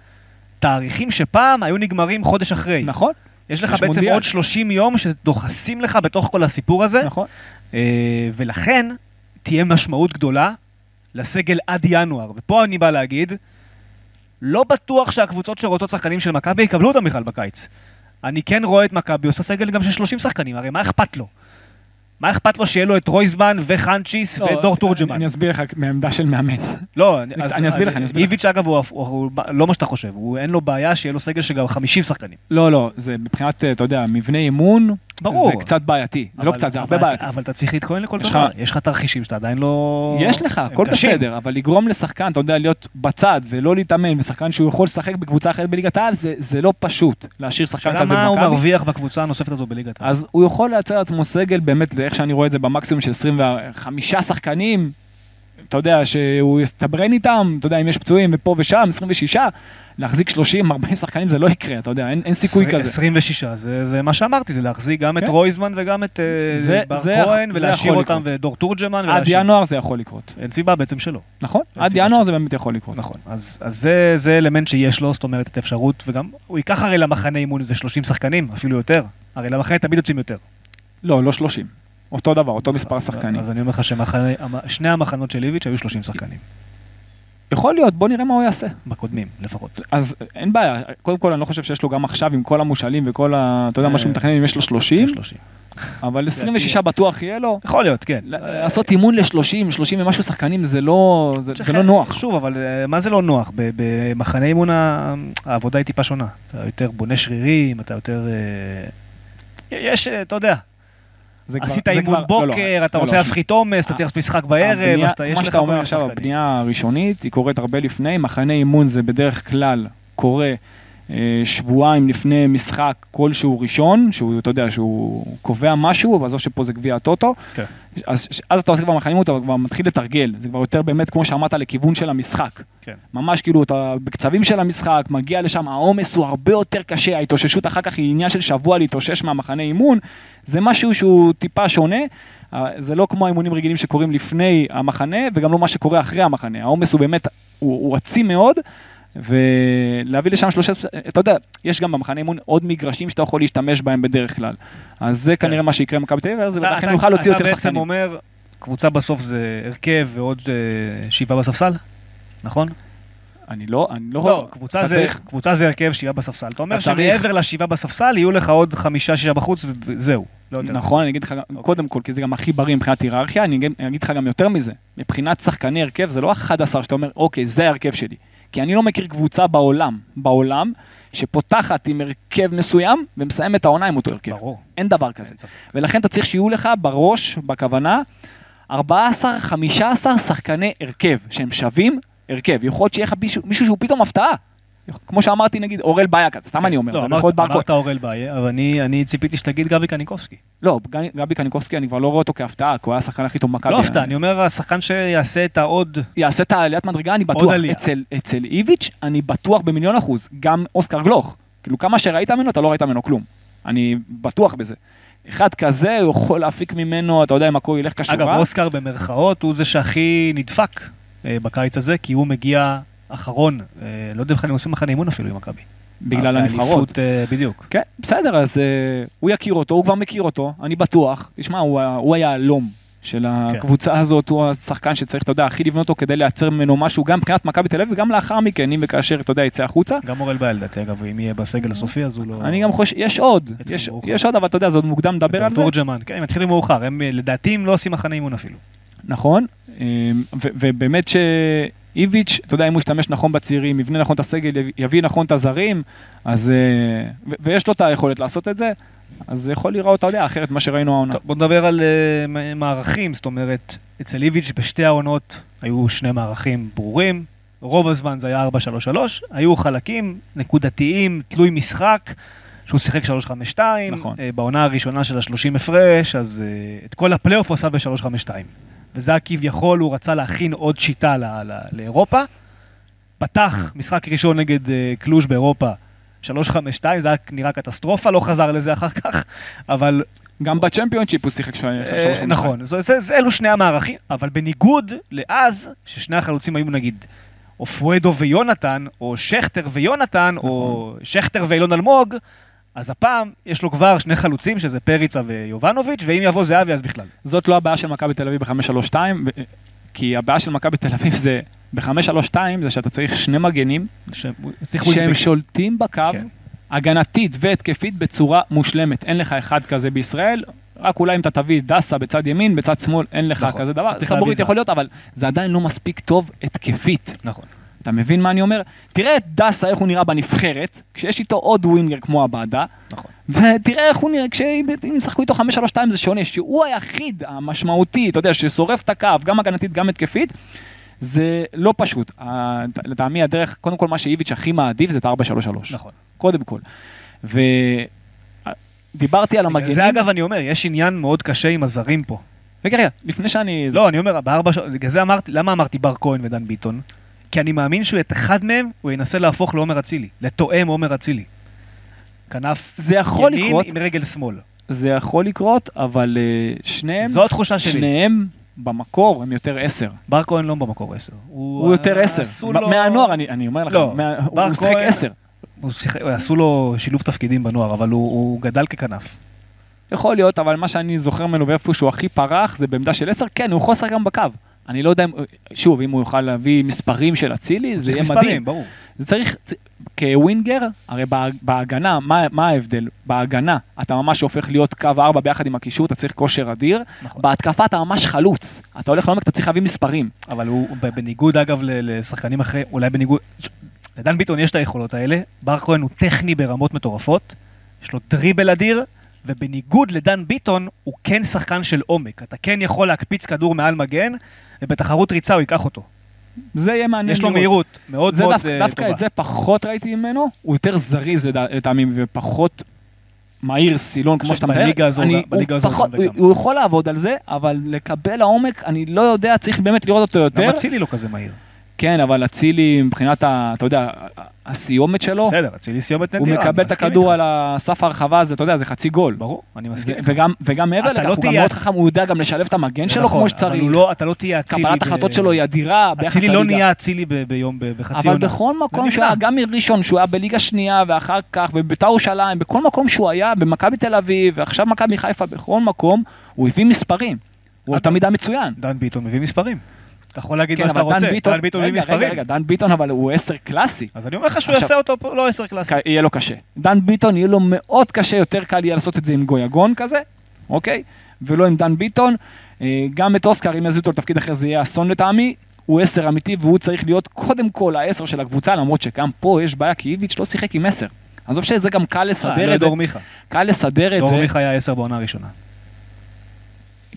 תאריכים שפעם היו נגמרים חודש אחרי. נכון, יש לך יש בעצם מונדיאל. עוד 30 יום שדוחסים לך בתוך כל הסיפור הזה. נכון. אה, ולכן תהיה משמעות גדולה לסגל עד ינואר. ופה אני בא להגיד, לא בטוח שהקבוצות שרוצות שחקנים של מכבי יקבלו אותם בכלל בקיץ. אני כן רואה את מכבי עושה סגל גם של 30 שחקנים, הרי מה אכפת לו? מה אכפת לו שיהיה לו את רויזמן וחנצ'יס לא, ואת דור תורג'מן? אני אסביר לך מהעמדה של מאמן. לא, אני- אז- אני אסביר לך, אני אסביר לך. איביץ' אגב הוא הפ- הוא- הוא ב- לא מה שאתה חושב, הוא אין לו בעיה שיהיה לו סגל שגם 50 שחקנים. לא, לא, זה מבחינת, אה, אתה יודע, מבנה אימון, ברור. זה קצת בעייתי. זה לא אבל- קצת, זה אבל- הרבה בעייתי. אבל אתה צריך להתכונן לכל יש לך- דבר, יש לך תרחישים שאתה עדיין לא... יש לך, הם הכל קשים. בסדר, אבל לגרום לשחקן, אתה יודע, להיות בצד ולא להתאמן, ושחקן שהוא יכול לשחק בקבוצה אחרת בליגת העל, זה- זה לא פשוט. להשאיר שחקן שאלה כזה מה הוא במכבי. מרוויח בקבוצה הנוספת הזו בליגת העל. אז הוא יכול לייצר לעצמו סגל באמת, לאיך שאני רואה את זה, במקסימום של 25 שחקנים, אתה יודע, שהוא יסתברן איתם, אתה יודע, אם יש פצועים ופה ושם, 26, להחזיק 30, 40 שחקנים זה לא יקרה, אתה יודע, אין אין סיכוי עשרים- כזה. 26, זה זה מה שאמרתי, זה להחזיק גם את כן. רויזמן וגם את אה, זה- בר זה יכול- כהן זה ולהשאיר יכול אותם לקרות. לא- ודור תורג'מן. עד ולהשאיר- ינואר זה יכול לקרות, אין סיבה בעצם שלא. נכון? לא אין עד סיבה ינואר זה באמת יכול לקרות. נכון. אז אז זה- זה אלמנט שיש לו, זאת אומרת, את האפשרות, וגם הוא ייקח הרי למחנה אימון איזה 30 שחקנים, אפילו יותר. הרי למחנה תמיד יוצאים יותר. לא, לא 30. אותו דבר, אותו מספר שחקנים. אז אני אומר לך ששני המחנות של איביץ' היו 30 שחקנים, יכול להיות, בוא נראה מה הוא יעשה. בקודמים לפחות. אז אה, אין בעיה, קודם כל אני לא חושב שיש לו גם עכשיו עם כל המושאלים וכל ה... אתה יודע אה, מה שהוא מתכנן אם יש לו 30, 30. אבל 26 בטוח יהיה לו. יכול להיות, כן. ל- לעשות אימון ל-30, 30 ומשהו שחקנים זה לא זה- זה לא נוח. שוב, אבל אה, מה זה לא נוח? ב- במחנה אימון ה- העבודה היא טיפה שונה. אתה יותר בונה שרירים, אתה יותר... אה, יש, אה, אתה יודע, זה כבר- עשית זה אימון כבר- לא, לא, בוקר, אתה לא, לא, רוצה שנייה. להפחית עומס, אתה צריך לעשות משחק בערב, הבנייה- אז אתה- יש מה לך שאתה כל אומר מיני עכשיו, שחקנים. הבנייה הראשונית, היא קורית הרבה לפני, מחנה אימון זה בדרך כלל קורה אה, שבועיים לפני משחק כלשהו ראשון, שהוא, אתה יודע, שהוא קובע משהו, ועזוב שפה זה גביע הטוטו, כן. אז, אז אתה עושה כבר מחנה אימון, אתה כבר מתחיל לתרגל, זה כבר יותר באמת, כמו שאמרת, לכיוון של המשחק. כן. ממש כאילו אתה בקצבים של המשחק, מגיע לשם, העומס הוא הרבה יותר קשה, ההתאוששות אחר כך היא עניין של שבוע להתאושש מהמחנה אימון, זה משהו שהוא טיפה שונה, אה, זה לא כמו האימונים רגילים שקורים לפני המחנה, וגם לא מה שקורה אחרי המחנה, העומס הוא באמת, הוא הוא עצים מאוד. ולהביא לשם שלושה, אתה יודע, יש גם במחנה אימון עוד מגרשים שאתה יכול להשתמש בהם בדרך כלל. אז זה כנראה מה שיקרה במכבי תל אביב, אז כן. אתה- לכן אתה- נוכל להוציא יותר אתה בעצם שחקנים. אומר, קבוצה בסוף זה הרכב ועוד אה, שבעה בספסל, נכון? אני לא, אני לא, לא, קבוצה אתה זה- צריך- קבוצה זה הרכב שבעה בספסל. אתה אומר אתה צריך- שמעבר לשבעה בספסל יהיו לך עוד חמישה-שישה בחוץ וזהו. לא יותר. נכון, אני אגיד לך, גם- קודם כל, כי זה גם הכי בריא מבחינת היררכיה, אני אגיד- אני אגיד לך גם יותר מזה. מבחינת שחקני הרכב, זה לא 11 שאתה אומר, אוקיי, זה ההרכב שלי. כי אני לא מכיר קבוצה בעולם, בעולם, שפותחת עם הרכב מסוים ומסיים את העונה עם אותו הרכב. ברור. אין דבר כן. כזה. אין ספק. ולכן אתה צריך שיהיו לך בראש, בכוונה, 14-15 שחקני הרכב, שהם שווים הרכב. יכול להיות שיהיה לך מישהו, מישהו שהוא פתאום הפתעה. יכול- כמו שאמרתי, נגיד, אורל ביאקה, סתם אני אומר, לא, זה אמרת- יכול להיות בר כהן. אמרת אורל ביי, אבל אני- אני ציפיתי שתגיד גבי קניקובסקי. לא, גני- גבי קניקובסקי, אני כבר לא רואה אותו כהפתעה, כי הוא היה השחקן הכי טוב במכבי. לא הפתעה, אני אומר השחקן שיעשה את העוד... יעשה את העליית מדרגה, אני עוד בטוח. עלייה. אצל, אצל איביץ', אני בטוח במיליון אחוז. גם אוסקר גלוך. כאילו, כמה שראית ממנו, אתה לא ראית ממנו כלום. אני בטוח בזה. אחד כזה, הוא יכול להפיק ממנו, אתה יודע, אם הכל ילך כשורה. אגב, אוסקר במרכאות הוא זה שהכי נדפק אה, בקיץ הזה, כי הוא מגיע אחרון, אה, לא יודע בכלל אם עושים מחנה אימון אפילו עם מכבי. בגלל הנבחרות. האליפות, אה, בדיוק. כן, בסדר, אז אה, הוא יכיר אותו, הוא כבר מכיר אותו, אני בטוח. תשמע, הוא ה- הוא היהלום של כן. הקבוצה הזאת, הוא השחקן שצריך, אתה יודע, הכי לבנות אותו כדי לייצר ממנו משהו, גם מבחינת מכבי תל אביב וגם לאחר מכן, אם וכאשר, אתה יודע, יצא החוצה. גם אורל בעל לדעתי, אגב, אם יהיה בסגל הסופי אז הוא לא... אני גם חושב, יש עוד, את יש- חיבור. יש עוד, אבל אתה יודע, זה עוד מוקדם לדבר על זה. תורג'מן, כן, הם מתחילים מאוחר, הם אה, לדעתי הם לא עושים מחנה אימון אפילו. נכון, אה, אמ, ו- ובאמת שאיביץ', אתה יודע, אם הוא ישתמש נכון בצעירים, יבנה נכון את הסגל, יב- יביא נכון את הזרים, אז... אה, ו- ויש לו את היכולת לעשות את זה, אז זה יכול להיראות, אתה יודע, אחרת ממה שראינו העונה. טוב, בוא נדבר על אה, מ- מערכים, זאת אומרת, אצל איביץ' בשתי העונות היו שני מערכים ברורים, רוב הזמן זה היה 4-3-3, היו חלקים נקודתיים, תלוי משחק, שהוא שיחק 3-5-2, נכון. אה, בעונה הראשונה של ה-30 הפרש, אז אה, את כל הפלייאוף הוא עשה ב-3-5-2. וזה היה כביכול, הוא רצה להכין עוד שיטה ל- ל- לאירופה. פתח משחק ראשון נגד אה, קלוז' באירופה, 3-5-2, זה היה נראה קטסטרופה, לא חזר לזה אחר כך, <laughs> אבל גם בצ'מפיונצ'יפ הוא שיחק ש- אה, 3-5-2. נכון, זו- זה- זה- אלו שני המערכים, אבל בניגוד לאז, ששני החלוצים היו נגיד אופואדו ויונתן, או שכטר ויונתן, או שכטר ואילון אלמוג, אז הפעם יש לו כבר שני חלוצים, שזה פריצה ויובנוביץ', ואם יבוא זהבי אז בכלל. זאת לא הבעיה של מכבי תל אביב ב-5-3-2, ו- כי הבעיה של מכבי תל אביב זה, ב-5-3-2 זה שאתה צריך שני מגנים, שהם הצליחו שהם להתבק- שולטים בקו, כן. הגנתית והתקפית בצורה מושלמת. אין לך אחד כזה בישראל, רק אולי אם אתה תביא דסה בצד ימין, בצד שמאל אין לך נכון. כזה דבר. אתה צריך להביא סבורית זר. יכול להיות, אבל זה עדיין לא מספיק טוב התקפית. נכון. אתה מבין מה אני אומר? תראה את דסה, איך הוא נראה בנבחרת, כשיש איתו עוד ווינגר כמו עבדה, נכון. ותראה איך הוא נראה, כשאם אם ישחקו איתו 5-3-2 זה שונה, שהוא היחיד המשמעותי, אתה יודע, ששורף את הקו, גם הגנתית, גם התקפית, זה לא פשוט. ה- לטעמי הדרך, קודם כל מה שאיביץ' הכי מעדיף זה את ה-4-3-3. נכון. קודם כל. ודיברתי על בגלל המגנים. זה אגב אני אומר, יש עניין מאוד קשה עם הזרים פה. רגע, רגע, לפני שאני... לא, אני אומר, בארבע שעות, בגלל זה אמרתי, למה אמרתי בר כהן ודן ביטון? כי אני מאמין שאת אחד מהם הוא ינסה להפוך לעומר אצילי, לתואם עומר אצילי. כנף זה יכול ימין לקרות, עם רגל שמאל. זה יכול לקרות, אבל אה, שניהם, זו התחושה שלי. שניהם במקור הם יותר עשר. בר כהן לא במקור 10. הוא יותר עשר. עשו מה- לו- מהנוער, אני אני אומר לך, לא, מה- הוא בר הוא שיחק כהן- עשר. הוא שיחק- עשו לו שילוב תפקידים בנוער, אבל הוא- הוא גדל ככנף. יכול להיות, אבל מה שאני זוכר ממנו ואיפה שהוא הכי פרח זה בעמדה של 10, כן, הוא יכול לשחק גם בקו. אני לא יודע אם, שוב, אם הוא יוכל להביא מספרים של אצילי, זה יהיה מדהים. מספרים, ברור. זה צריך, צ- כווינגר, הרי בה- בהגנה, מה, מה ההבדל? בהגנה אתה ממש הופך להיות קו 4 ביחד עם הקישור, אתה צריך כושר אדיר. נכון. בהתקפה אתה ממש חלוץ. אתה הולך לעומק, אתה צריך להביא מספרים. אבל הוא ב- בניגוד אגב ל- לשחקנים אחרי, אולי בניגוד, לדן ביטון יש את היכולות האלה, בר כהן הוא טכני ברמות מטורפות, יש לו דריבל אדיר, ובניגוד לדן ביטון הוא כן שחקן של עומק, אתה כן יכול להקפיץ כדור מעל מגן, ובתחרות ריצה הוא ייקח אותו. זה יהיה מעניין יש לו לראות. מהירות מאוד זה מאוד דווקא, אה, דווקא טובה. את זה פחות ראיתי ממנו, הוא יותר זריז לדע- לטעמי ופחות מהיר סילון כמו חושב שאתה מתאר. בליגה הזו אני- הוא- בליגה הוא הזו הוא פחות- גם וגם. הוא- הוא יכול לעבוד על זה, אבל לקבל לעומק, אני לא יודע, צריך באמת לראות אותו יותר. גם אצילי לא כזה מהיר. כן, אבל אצילי מבחינת, ה- אתה יודע, ה- הסיומת שלו, בסדר, אצילי סיומת הוא נדירה. מקבל אני את מסכים הכדור איתך. על הסף הרחבה הזה, אתה יודע, זה חצי גול. ברור, אני זה- מסכים. איתך. וגם- וגם מעבר אתה לכך, לא הוא גם תהיה- מאוד חכם, הוא יודע גם לשלב את המגן זה שלו נכון, כמו אבל שצריך. הוא לא- אתה לא תהיה אצילי. קבלת ב- החלטות שלו היא אדירה ביחס אצילי לליגה. לא נהיה אצילי ב- ביום, ב- בחצי אבל עונה. בכל מקום נבלע. שהוא היה, גם מראשון, שהוא היה בליגה שנייה, ואחר כך, ובביתר ירושלים, בכל מקום שהוא היה, במכבי תל אביב, ועכשיו מכבי חיפה, בכל מקום, הוא הביא מספרים. הוא אגב- תמיד היה מצוין. דן ביטון מביא מספרים. אתה יכול להגיד כן, מה שאתה אבל רוצה, דן ביטון, דן ביטון מביא רגע, רגע, מספרים. רגע, דן ביטון, אבל הוא עשר קלאסי. אז אני אומר לך שהוא עכשיו- יעשה אותו פה, לא עשר קלאסי. ק- יהיה לו קשה. דן ביטון יהיה לו מאוד קשה, יותר קל יהיה לעשות את זה עם גויגון כזה, אוקיי? ולא עם דן ביטון. אה, גם את אוסקר, אם יזיזו אותו לתפקיד אחר זה יהיה אסון לטעמי. הוא עשר אמיתי והוא צריך להיות קודם כל העשר של הקבוצה, למרות שגם פה יש בעיה, כי איביץ' לא שיחק עם עשר. עזוב שזה גם קל אה, לסדר לא את זה, דור מיכה. קל לסדר את דור זה. מיכה היה עשר בעונה הראשונה.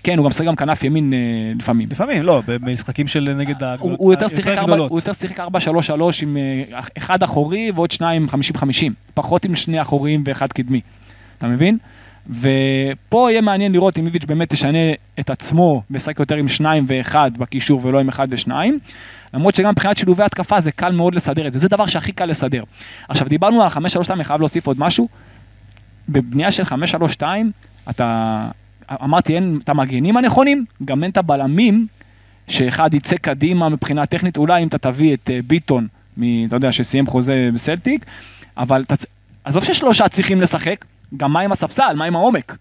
כן, הוא גם משחק גם כנף ימין אה, לפעמים. לפעמים, לא, במשחקים של נגד הוא- הגדולות. הוא יותר שיחק ארבע- הוא יותר שיחק 4-3-3 עם אה, אחד אחורי ועוד שניים 50-50, פחות עם שני אחוריים ואחד קדמי, אתה מבין? ופה יהיה מעניין לראות אם איביץ' באמת תשנה את עצמו וישחק יותר עם שניים ואחד בקישור ולא עם אחד ושניים. למרות שגם מבחינת שילובי התקפה זה קל מאוד לסדר את זה, זה דבר שהכי קל לסדר. עכשיו דיברנו על 5-3-2, אני חייב להוסיף עוד משהו. בבנייה של 5-3-2, אתה, אמרתי, אין את המגנים הנכונים, גם אין את הבלמים, שאחד יצא קדימה מבחינה טכנית, אולי אם אתה תביא את אה, ביטון, מ- אתה יודע, שסיים חוזה בסלטיק, אבל אתה צ- עזוב ששלושה צריכים לשחק, גם מה עם הספסל, מה עם העומק?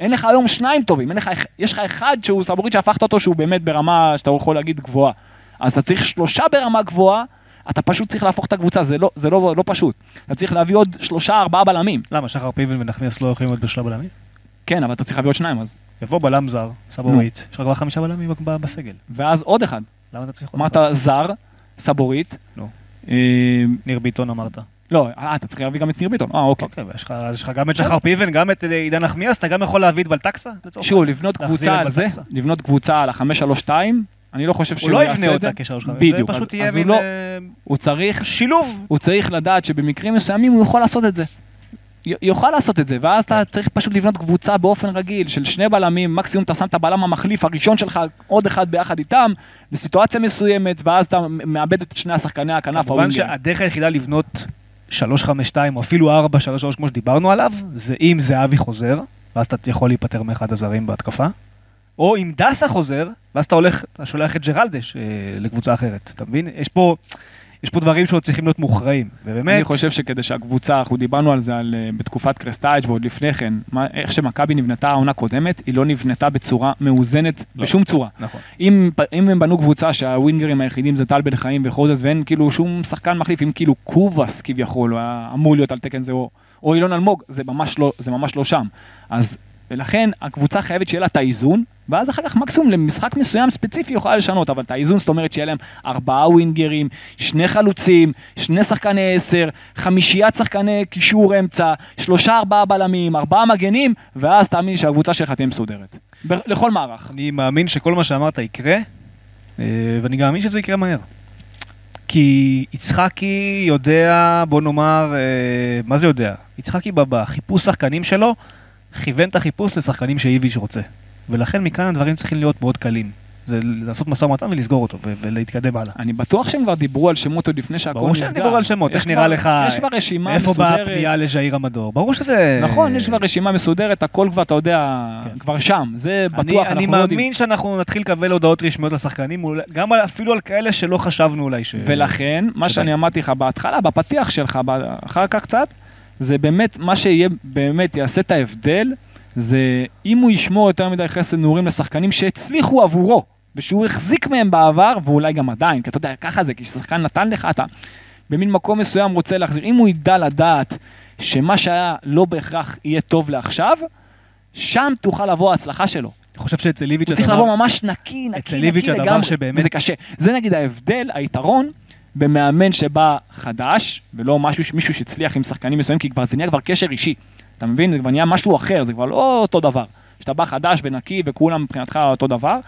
אין לך היום שניים טובים, אין לך, אח- יש לך אחד שהוא סבורית שהפכת אותו שהוא באמת ברמה שאתה יכול להגיד גבוהה. אז אתה צריך שלושה ברמה גבוהה, אתה פשוט צריך להפוך את הקבוצה, זה לא, זה לא, לא פשוט. אתה צריך להביא עוד שלושה ארבעה בלמים. למה, שחר פיבל ונחמיאס לא יכולים להיות בשלב בלמים? כן, אבל אתה צריך להביא עוד שניים אז. יבוא בלם זר, סבורית, יש לך כבר חמישה בלמים ב- ב- בסגל. ואז עוד אחד. למה אתה צריך... עוד אמרת בלם? זר, סבורית. לא. אה, ניר ביטון אמרת. לא, אה, אתה צריך להביא גם את ניר ביטון. אה, אוקיי. אוקיי, ויש לך- אז יש לך גם את שחר פיבן, גם את אה, עידן נחמיאס, אתה גם יכול להביא את בלטקסה? לצורך שוב, העניין? לבנות להחזיר קבוצה את על זה, בלטקסה. לבנות קבוצה על ה-532, אני לא חושב הוא שהוא לא יעשה את זה. יבנה אותה כשלוש חמש. בדיוק. זה אז- פשוט יהיה אז הוא מין לא- אה, הוא צריך שילוב. הוא צריך לדעת שבמקרים מסוימים הוא יכול לעשות את זה. י- יוכל לעשות את זה, ואז אתה כן. צריך פשוט לבנות קבוצה באופן רגיל של שני בלמים, מקסימום אתה שם את הבלם המחליף הראשון שלך, עוד אחד ביחד איתם, לסיטואציה מסוימת, ואז אתה מאבד את שני השחקני הכנף כמובן ההורים. שה... שהדרך היחידה לבנות 352 או אפילו 433 כמו שדיברנו עליו, זה אם זהבי חוזר, ואז אתה יכול להיפטר מאחד הזרים בהתקפה, או אם דסה חוזר, ואז אתה הולך, אתה שולח את ג'רלדש אה, לקבוצה אחרת, אתה מבין? יש פה... יש פה דברים שעוד צריכים להיות מוכרעים, אני ובאמת, חושב שכדי שהקבוצה, אנחנו דיברנו על זה על, אה, בתקופת קרסטייג' ועוד לפני כן, מה, איך שמכבי נבנתה העונה הקודמת, היא לא נבנתה בצורה מאוזנת לא. בשום צורה. נכון. אם, אם הם בנו קבוצה שהווינגרים היחידים זה טל בן חיים וחוזס ואין כאילו שום שחקן מחליף, אם כאילו קובאס כביכול, הוא היה אמור להיות על תקן זה או, או אילון אלמוג, זה ממש, לא, זה ממש לא שם. אז ולכן הקבוצה חייבת שיהיה לה את האיזון, ואז אחר כך מקסימום למשחק מסוים ספציפי יכולה לשנות, אבל את האיזון זאת אומרת שיהיה להם ארבעה ווינגרים, שני חלוצים, שני שחקני עשר, חמישיית שחקני קישור אמצע, שלושה ארבעה בלמים, ארבעה מגנים, ואז תאמין לי שהקבוצה שלך תהיה מסודרת. ב- לכל מערך. אני מאמין שכל מה שאמרת יקרה, אה, ואני גם מאמין שזה יקרה מהר. כי יצחקי יודע, בוא נאמר, אה, מה זה יודע? יצחקי ב- בחיפוש שחקנים שלו, כיוון את החיפוש לשחקנים שאיביץ' רוצה. ולכן מכאן הדברים צריכים להיות מאוד קלים. זה לעשות משא ומתן ולסגור אותו ו- ולהתקדם הלאה. אני בטוח שהם כבר דיברו על שמות עוד לפני שהכל נסגר. ברור שהם דיברו על שמות, יש איך נראה כבר- לך- יש כבר רשימה מאיפה באה הפנייה מסודרת. לז'איר המדור? ברור שזה... נכון, יש כבר רשימה מסודרת, הכל כבר, אתה יודע, כן. כבר שם, זה אני, בטוח, אני אנחנו לא מאמין יודעים. שאנחנו נתחיל לקבל הודעות רשמיות לשחקנים, אולי- גם על- אפילו על כאלה שלא חשבנו אולי ש... ולכן, מה תודה. שאני אמרתי לך בהתחלה, בפתיח שלך, ב- אחר כך קצת, זה באמת, מה שיהיה, באמת יעשה את ההבדל, זה אם הוא ישמור יותר מדי חסד נעורים לשחקנים שהצליחו עבורו, ושהוא החזיק מהם בעבר, ואולי גם עדיין, כי אתה יודע, ככה זה, כי כששחקן נתן לך, אתה במין מקום מסוים רוצה להחזיר. אם הוא ידע לדעת שמה שהיה לא בהכרח יהיה טוב לעכשיו, שם תוכל לבוא ההצלחה שלו. אני חושב שאצל איביץ' הוא צריך הדבר- לבוא ממש נקי, אצל נקי, איביץ' נקי הדבר לגמרי, שבאמת- וזה קשה. זה נגיד ההבדל, היתרון, במאמן שבא חדש, ולא משהו, ש- מישהו שהצליח עם שחקנים מסוימים, כי כבר זה נהיה כבר קשר אישי. אתה מבין? זה כבר נהיה משהו אחר, זה כבר לא אותו דבר. שאתה בא חדש ונקי וכולם מבחינתך אותו דבר.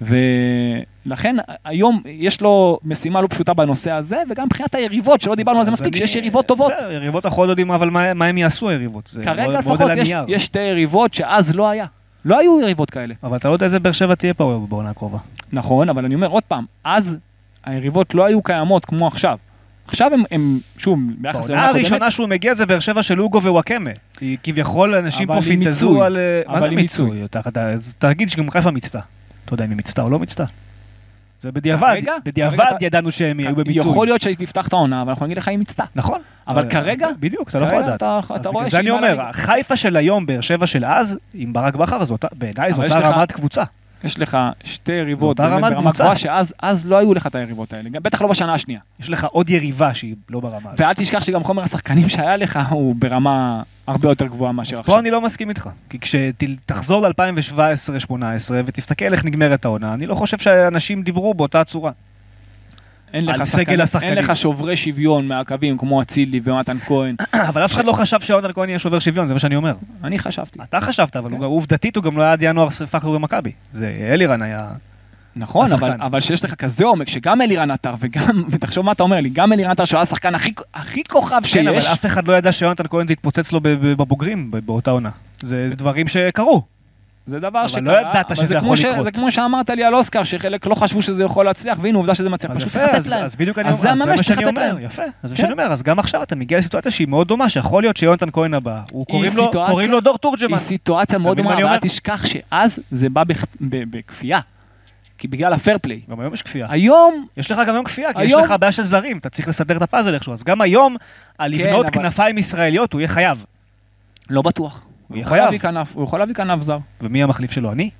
ולכן היום יש לו משימה לא פשוטה בנושא הזה, וגם מבחינת היריבות, שלא דיברנו על זה אז מספיק, אני- שיש יריבות טובות. בסדר, יריבות אנחנו עוד יודעים, אבל מה- מה הם יעשו היריבות? זה מאוד- כרגע מאוד לפחות על יש, הנייר. יש שתי יריבות שאז לא היה. לא היו יריבות כאלה. אבל אתה לא יודע איזה באר שבע תהיה פה בעונה הקרובה. נכון, אבל אני אומר עוד פעם, אז היריבות לא היו קיימות כמו עכשיו. עכשיו הם, הם שוב, ביחס בעונה לעונה הקודמת, הראשונה שהוא מגיע זה באר שבע של אוגו ווואקמה. כי כביכול אנשים אבל פה עם פינטזו מיצוי. על... אה, מה אבל זה עם מיצוי? אתה- אתה- אז תגיד שגם חיפה מיצתה. אתה יודע אם היא מיצתה או לא מיצתה. זה בדיעבד, כרגע? בדיעבד כרגע אתה- ידענו שהם יהיו במיצוי. יכול להיות שהיא תפתח את העונה, אבל אנחנו נגיד לך היא מיצתה. נכון. אבל כרגע- בדיוק, אתה לא יכול כרגע לדעת. אתה- אז אתה רואה בגלל זה אני שהיא מעלה אומר, ליגה. חיפה של היום, באר שבע של אז, עם ברק בכר, זו אותה- בעיניי זו אבל יש אותה לך- רמת קבוצה. יש לך שתי יריבות זו אותה באמת רמת ברמה קבוצה. אה. גבוהה, שאז אז לא היו לך את היריבות האלה, גם- בטח לא בשנה השנייה. יש לך עוד יריבה שהיא לא ברמה. הזאת. ואל תשכח שגם חומר השחקנים שהיה לך הוא ברמה הרבה יותר גבוהה מאשר אז עכשיו. פה אני לא מסכים איתך, כי כשתחזור ל-2017-2018 ותסתכל איך נגמרת העונה, אני לא חושב שאנשים דיברו באותה צורה. <clears throat> אין על לך סגל שחקנים- השחקנים. אין לך שוברי שוויון מהקווים כמו אצילי ויונתן כהן. <coughs> אבל אף אחד לא חשב שיונתן כהן יהיה שובר שוויון, זה מה שאני אומר. אני חשבתי. אתה חשבת, אבל כן. הוא- עובדתית הוא גם לא היה עד ינואר פאקר במכבי. זה אלירן היה... נכון, השחקן. אבל, אבל שיש לך כזה עומק, שגם אלירן עטר וגם, <laughs> ותחשוב מה אתה אומר לי, גם אלירן עטר שהוא השחקן הכי, הכי כוכב שיש, כן, אבל אף אחד לא ידע שיונתן כהן זה התפוצץ לו בב- בבוגרים ב- באותה עונה. זה דברים שקרו. זה דבר אבל שקרה, לא ידעת אבל שזה זה יכול כמו ש- לקרות. זה כמו שאמרת לי על אוסקר, שחלק לא חשבו שזה יכול להצליח, והנה עובדה שזה מצליח, אז פשוט יפה, צריך לתת אז- להם. אז בדיוק אני אז זה אומר, הממש, מה צריך שאני לתת אומר, להם. יפה. אז זה מה כן. שאני אומר, אז גם עכשיו אתה מגיע לסיטואציה שהיא מאוד דומה, שיכול להיות שיונתן כהן הבא, הוא היא קוראים לו- סיטואציה- קוראים לו דור תורג'מן. היא סיטואציה מאוד מבין מה דומה, אני אבל אל אומר? תשכח שאז זה בא בכ- ב- בכפייה, כי בגלל הפייר פליי. גם היום יש כפייה. היום, יש לך גם היום כפייה, כי יש היום- לך בעיה של זרים, אתה צריך לסדר את הפאזל איכשהו. אז גם היום, על כן, לבנות אבל- כנפיים ישראליות, הוא יהיה חייב. לא בטוח. הוא יכול חייב. להביא כנף, הוא יכול להביא כנף זר. ומי המחליף שלו? אני.